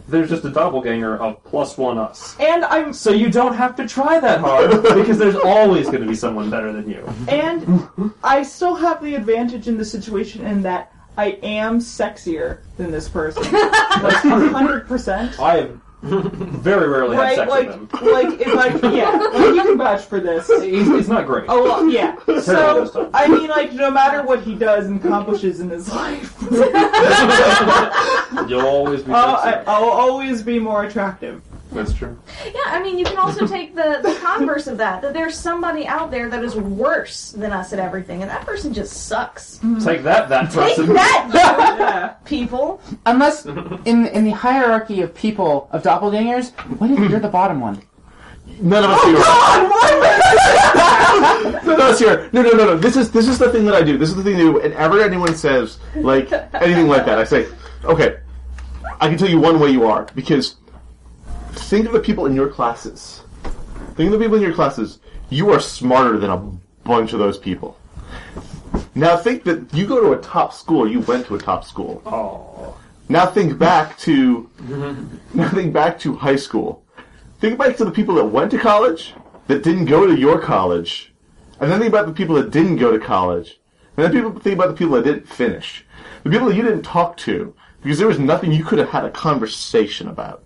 [SPEAKER 2] There's just a doppelganger of plus one us.
[SPEAKER 5] And I'm
[SPEAKER 2] So you don't have to try that hard, because there's always going to be someone better than you.
[SPEAKER 5] and I still have the advantage in the situation in that I am sexier than this person. Like hundred percent.
[SPEAKER 2] I have very rarely had
[SPEAKER 5] Right,
[SPEAKER 2] sex
[SPEAKER 5] like,
[SPEAKER 2] with him.
[SPEAKER 5] like, if I, yeah, like, you can vouch for this.
[SPEAKER 2] He's, he's not great.
[SPEAKER 5] A lot, yeah.
[SPEAKER 2] Terrible this
[SPEAKER 5] So
[SPEAKER 2] time.
[SPEAKER 5] I mean, like, no matter what he does and accomplishes in his life,
[SPEAKER 2] You'll always be
[SPEAKER 5] I'll, Uh, I,
[SPEAKER 2] sexier.
[SPEAKER 5] I'll always be more attractive.
[SPEAKER 2] That's true.
[SPEAKER 6] Yeah, I mean, you can also take the, the converse of that, that there's somebody out there that is worse than us at everything, and that person just sucks.
[SPEAKER 2] Take that, that
[SPEAKER 6] Take
[SPEAKER 2] person.
[SPEAKER 6] that,
[SPEAKER 5] Yeah.
[SPEAKER 6] you people!
[SPEAKER 4] Unless, in in the hierarchy of people of doppelgangers, what if you're the bottom one?
[SPEAKER 7] None of us here.
[SPEAKER 4] Oh,
[SPEAKER 7] None of us here. No, no, no, no. This is this is the thing that I do. This is the thing I do. Whenever anyone says like anything like that, I say, okay, I can tell you one way you are because think of the people in your classes. Think of the people in your classes. You are smarter than a bunch of those people. Now think that you go to a top school. You went to a top school.
[SPEAKER 2] Oh.
[SPEAKER 7] Now think back to now think back to high school. Think back to the people that went to college that didn't go to your college, and then think about the people that didn't go to college, and then people think about the people that didn't finish, the people that you didn't talk to because there was nothing you could have had a conversation about.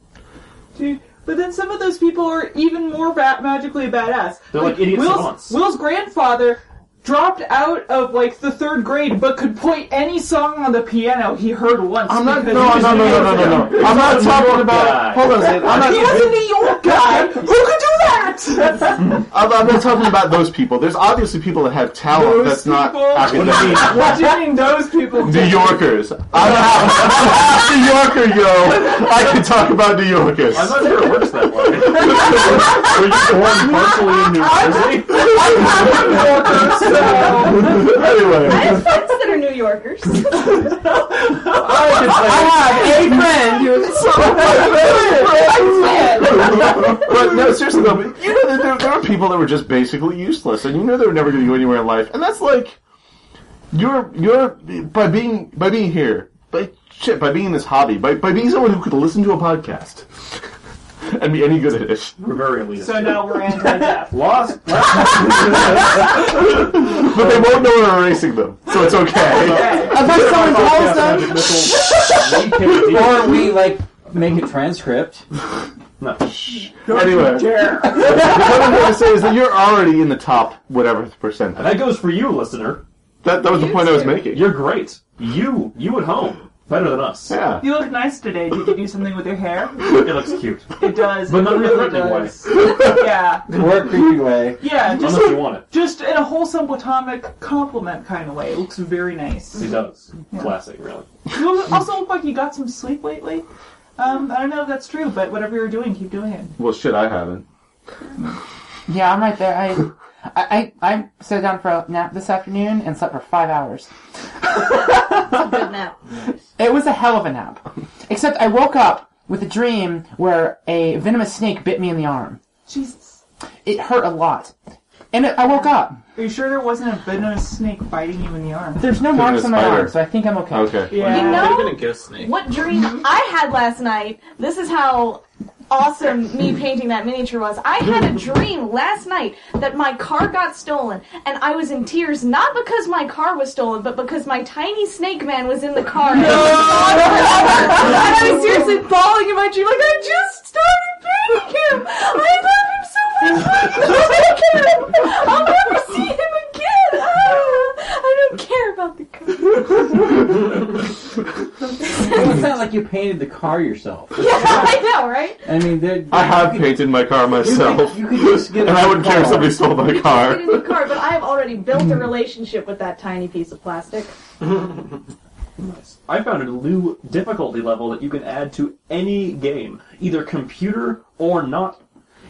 [SPEAKER 5] Dude, But then some of those people are even more ba- magically badass.
[SPEAKER 2] They're like idiots at
[SPEAKER 5] Will's,
[SPEAKER 2] once.
[SPEAKER 5] Will's grandfather dropped out of like the third grade, but could play any song on the piano he heard once.
[SPEAKER 7] I'm not. No,
[SPEAKER 5] because
[SPEAKER 7] no,
[SPEAKER 5] he was
[SPEAKER 7] no, no, no,
[SPEAKER 5] New Yorker.
[SPEAKER 7] no, no. I'm not talking
[SPEAKER 2] guy.
[SPEAKER 7] about. Hold on a second. I'm not.
[SPEAKER 5] He was a New York guy. Who could do that?
[SPEAKER 7] I'm, I'm not talking about those people. There's obviously people that have talent
[SPEAKER 5] Those
[SPEAKER 7] that's not
[SPEAKER 5] people.
[SPEAKER 7] academic.
[SPEAKER 5] what do you mean those people?
[SPEAKER 7] New
[SPEAKER 5] did?
[SPEAKER 7] Yorkers. I'm half, I'm half New Yorker, yo. I can talk about New Yorkers.
[SPEAKER 2] I'm not sure it works that way. Were you born virtually in New Jersey?
[SPEAKER 7] anyway,
[SPEAKER 6] I have friends that are New Yorkers.
[SPEAKER 4] I have a friend who's
[SPEAKER 7] but no, seriously though, but you know, there- there, there are people that were just basically useless, and you know they were never going to go anywhere in life, and that's like, you're you're by being by being here, by shit, by being in this hobby, by by being someone who could listen to a podcast and be any good at it.
[SPEAKER 2] We're very elitist.
[SPEAKER 5] So now we're anti-deaf.
[SPEAKER 2] Lost.
[SPEAKER 7] But they won't know we're erasing them, so it's okay.
[SPEAKER 4] unless someone calls them.
[SPEAKER 9] Or we like make a transcript.
[SPEAKER 7] anyway, what I'm going to say is that you're already in the top whatever percent.
[SPEAKER 2] That goes for you, listener.
[SPEAKER 7] That, that was the
[SPEAKER 6] You
[SPEAKER 7] point I was
[SPEAKER 6] too.
[SPEAKER 7] making.
[SPEAKER 2] You're great. You, you at home, better than us.
[SPEAKER 7] yeah.
[SPEAKER 5] You look nice today. Did you do something with your hair?
[SPEAKER 2] It looks cute.
[SPEAKER 5] It does.
[SPEAKER 2] But not
[SPEAKER 5] it
[SPEAKER 2] in a
[SPEAKER 5] really
[SPEAKER 2] threatening way.
[SPEAKER 5] does. yeah.
[SPEAKER 9] Or a creepy way.
[SPEAKER 5] Yeah, just
[SPEAKER 2] Unless you want it.
[SPEAKER 5] just in a wholesome platonic compliment kind of way. It looks very nice.
[SPEAKER 2] He does. Classic, really.
[SPEAKER 5] You look- also look like you got some sleep lately. Um, I don't know if that's true, but whatever you're doing, keep doing it.
[SPEAKER 7] Well, shit, I haven't.
[SPEAKER 4] Yeah, I'm right there. I, I, I, I sat down for a nap this afternoon and slept for five hours.
[SPEAKER 6] Good nap.
[SPEAKER 4] It was a hell of a nap. Except I woke up with a dream where a venomous snake bit me in the arm.
[SPEAKER 5] Jesus.
[SPEAKER 4] It hurt a lot. And it, I woke up.
[SPEAKER 5] Are you sure there wasn't a venomous snake biting you in the arm?
[SPEAKER 4] There's no marks on my
[SPEAKER 7] spider.
[SPEAKER 4] arm, so I think I'm okay.
[SPEAKER 7] Okay.
[SPEAKER 5] Yeah.
[SPEAKER 6] You
[SPEAKER 8] Could have
[SPEAKER 6] know
[SPEAKER 8] been a ghost snake.
[SPEAKER 6] what dream I had last night? This is how awesome me painting that miniature was. I had a dream last night that my car got stolen, and I was in tears not because my car was stolen, but because my tiny snake man was in the car. And, I was seriously bawling in my dream, like I just started painting him. I love him so much. I can't take him. I'll never see him again. Ah, I don't care about the car.
[SPEAKER 3] it's not like you painted the car yourself.
[SPEAKER 6] I know, right?
[SPEAKER 3] I mean, they're-
[SPEAKER 7] I have painted my car myself.
[SPEAKER 3] You could just get
[SPEAKER 7] and
[SPEAKER 3] a
[SPEAKER 7] I wouldn't care if
[SPEAKER 3] car.
[SPEAKER 7] somebody stole my
[SPEAKER 6] Get in
[SPEAKER 7] car.
[SPEAKER 6] the car, but I have already built a relationship with that tiny piece of plastic.
[SPEAKER 2] I found a new difficulty level that you can add to any game, either computer or not.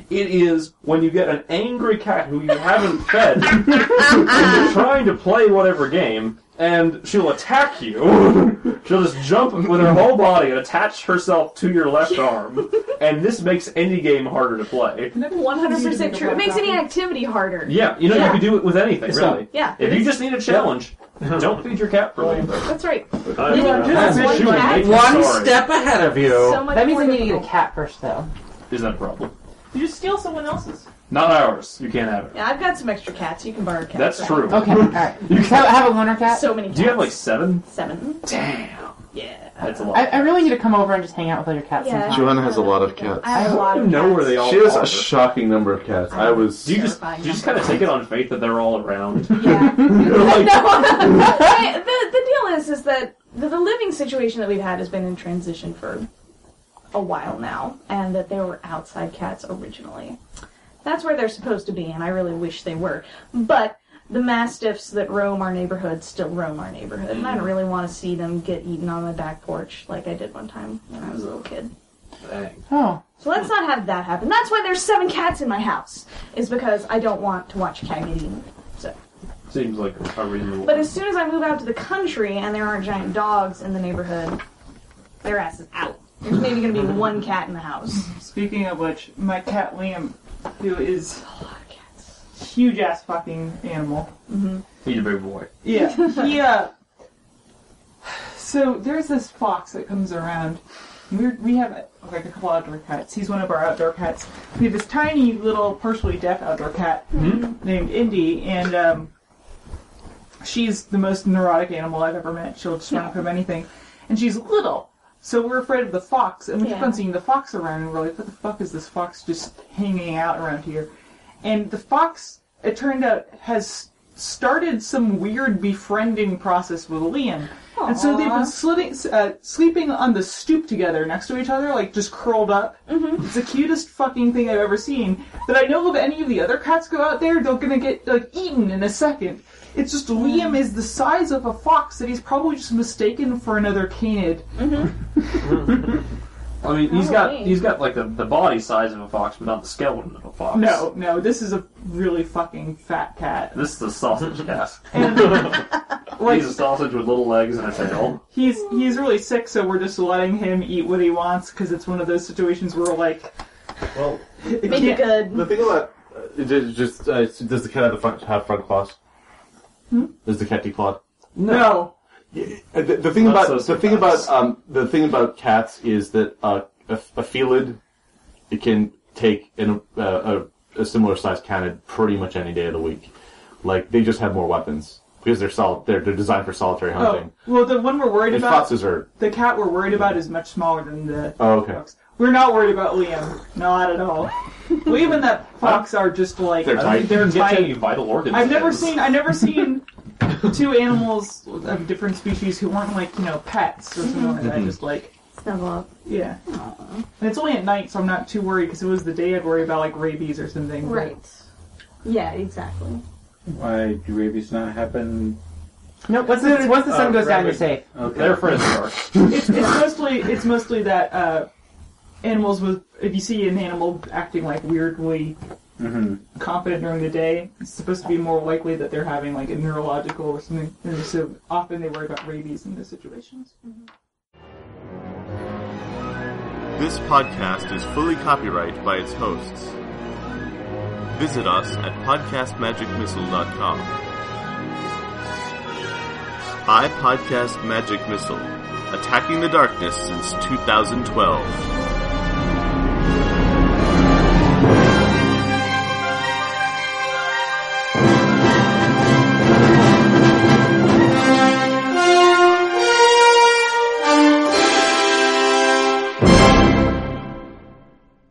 [SPEAKER 2] It is when you get an angry cat who you haven't fed, and you're trying to play whatever game, and she'll attack you. she'll just jump with her whole body and attach herself to your left arm, and this makes any game harder to play.
[SPEAKER 6] 100% true. It makes any activity harder.
[SPEAKER 2] Yeah, you know
[SPEAKER 6] Yeah.
[SPEAKER 2] you can do it with anything, really.
[SPEAKER 6] Yeah,
[SPEAKER 2] If you just need a challenge, don't feed your cat for later.
[SPEAKER 6] that's right.
[SPEAKER 8] I
[SPEAKER 6] Knitting
[SPEAKER 8] love
[SPEAKER 6] just
[SPEAKER 2] that.
[SPEAKER 6] one
[SPEAKER 2] She would
[SPEAKER 6] cat
[SPEAKER 2] make
[SPEAKER 6] is
[SPEAKER 2] you
[SPEAKER 9] One
[SPEAKER 2] sorry.
[SPEAKER 9] step ahead of you.
[SPEAKER 6] so much
[SPEAKER 4] That means
[SPEAKER 6] more
[SPEAKER 4] I need to get a
[SPEAKER 6] difficult.
[SPEAKER 4] cat first, though.
[SPEAKER 2] Is that a problem?
[SPEAKER 5] You just steal someone else's.
[SPEAKER 2] Not ours. You can't have it.
[SPEAKER 6] Yeah, I've got some extra cats. You can borrow cats.
[SPEAKER 2] That's
[SPEAKER 6] right?
[SPEAKER 2] true.
[SPEAKER 4] Okay, alright. Have, have a loner cat.
[SPEAKER 6] So many cats.
[SPEAKER 2] Do you have like seven?
[SPEAKER 6] seven?
[SPEAKER 2] Damn.
[SPEAKER 6] Yeah.
[SPEAKER 2] That's a
[SPEAKER 4] I,
[SPEAKER 2] lot.
[SPEAKER 4] I really need to come over and just hang out with all your cats
[SPEAKER 6] Yeah.
[SPEAKER 4] sometime.
[SPEAKER 7] Joanna has a lot of cats.
[SPEAKER 6] I have a lot
[SPEAKER 2] don't
[SPEAKER 6] of
[SPEAKER 2] know
[SPEAKER 6] cats.
[SPEAKER 2] where they all
[SPEAKER 7] She has
[SPEAKER 2] are.
[SPEAKER 7] a shocking number of cats. I was.
[SPEAKER 2] do you just do you just kind of take it on faith that they're all around?
[SPEAKER 6] Yeah.
[SPEAKER 2] You're like,
[SPEAKER 6] no. Hey, the, the deal is is that the, the living situation that we've had has been in transition for a while now, and that they were outside cats originally. That's where they're supposed to be, and I really wish they were. But the mastiffs that roam our neighborhood still roam our neighborhood, and I don't really want to see them get eaten on the back porch like I did one time when I was a little kid.
[SPEAKER 4] Oh.
[SPEAKER 6] So let's not have that happen. That's why there's seven cats in my house, is because I don't want to watch a cat get eaten. So.
[SPEAKER 2] seems like a reasonable.
[SPEAKER 6] But as soon as I move out to the country and there aren't giant dogs in the neighborhood, their ass is out. There's maybe gonna be one cat in the house.
[SPEAKER 5] Speaking of which, my cat Liam, who is
[SPEAKER 6] A lot of cats.
[SPEAKER 5] a huge ass fucking animal.
[SPEAKER 2] He's a big boy.
[SPEAKER 5] Yeah. He, uh, so there's this fox that comes around. We're, we have uh, like a couple outdoor cats. He's one of our outdoor cats. We have this tiny little partially deaf outdoor cat named Indy, and um, she's the most neurotic animal I've ever met. She'll just run from anything, and she's little. So we're afraid of the fox, and we keep
[SPEAKER 6] Yeah.
[SPEAKER 5] on seeing the fox around, and we're like, "What the fuck is this fox just hanging out around here?" And the fox, it turned out, has started some weird befriending process with Liam. And so they've been slitting, uh, sleeping on the stoop together next to each other, like just curled up. It's the cutest fucking thing I've ever seen. That I know if any of the other cats go out there, they're gonna get like eaten in a second. It's just Liam is the size of a fox that he's probably just mistaken for another canid.
[SPEAKER 2] I mean, he's got
[SPEAKER 6] Alright.
[SPEAKER 2] he's got like the, the body size of a fox, but not the skeleton of a fox.
[SPEAKER 5] No, no, this is a really fucking fat cat.
[SPEAKER 2] This is a sausage cat.
[SPEAKER 5] Like
[SPEAKER 2] He's a sausage with little legs and a tail.
[SPEAKER 5] he's he's really sick, so we're just letting him eat what he wants because it's one of those situations where like
[SPEAKER 7] Well,
[SPEAKER 5] it
[SPEAKER 6] Make it
[SPEAKER 5] can't-
[SPEAKER 6] good.
[SPEAKER 7] the thing about uh, ju- just uh, does the cat have the front have front claws? Is the cat declawed?
[SPEAKER 5] no.
[SPEAKER 7] Hmm? Uh, The, the thing
[SPEAKER 2] Not
[SPEAKER 7] about
[SPEAKER 2] so
[SPEAKER 7] the thing
[SPEAKER 2] surprised.
[SPEAKER 7] about um, the thing about cats is that uh, a, a felid it can take an, uh, a, a similar size canid pretty much any day of the week. Like they just have more weapons because they're solid. They're, they're designed for solitary
[SPEAKER 5] Oh,
[SPEAKER 7] hunting.
[SPEAKER 5] well, the one we're worried
[SPEAKER 7] and
[SPEAKER 5] about,
[SPEAKER 7] foxes are
[SPEAKER 5] the cat we're worried about is much smaller than the
[SPEAKER 7] oh okay.
[SPEAKER 5] fox. We're not worried about Liam, not at all. Liam and that fox are just like
[SPEAKER 7] They're
[SPEAKER 2] I
[SPEAKER 7] tight.
[SPEAKER 2] think they're
[SPEAKER 5] tight.
[SPEAKER 2] getting vital organs.
[SPEAKER 5] I've never
[SPEAKER 2] kids.
[SPEAKER 5] seen I've never seen two animals of different species who weren't like you know pets or something like
[SPEAKER 7] Mm-hmm.
[SPEAKER 5] that. I just like
[SPEAKER 6] Snuggle up.
[SPEAKER 5] yeah, and it's only at night, so I'm not too worried because it was the day I'd worry about like rabies or something. but-
[SPEAKER 6] Right. Yeah, exactly.
[SPEAKER 3] Why do rabies not happen?
[SPEAKER 4] No, once the, once the sun
[SPEAKER 3] Uh,
[SPEAKER 4] goes down,
[SPEAKER 3] rabbit.
[SPEAKER 4] you're safe.
[SPEAKER 3] Okay.
[SPEAKER 2] They're friends of ours.
[SPEAKER 5] it's, it's mostly it's mostly that uh, animals with if you see an animal acting like weirdly confident during the day, it's supposed to be more likely that they're having like a neurological or something. And so often they worry about rabies in those situations.
[SPEAKER 1] This podcast is fully copyrighted by its hosts. Visit us at podcastmagicmissile.com. I Podcast Magic Missile, attacking the darkness since 2012.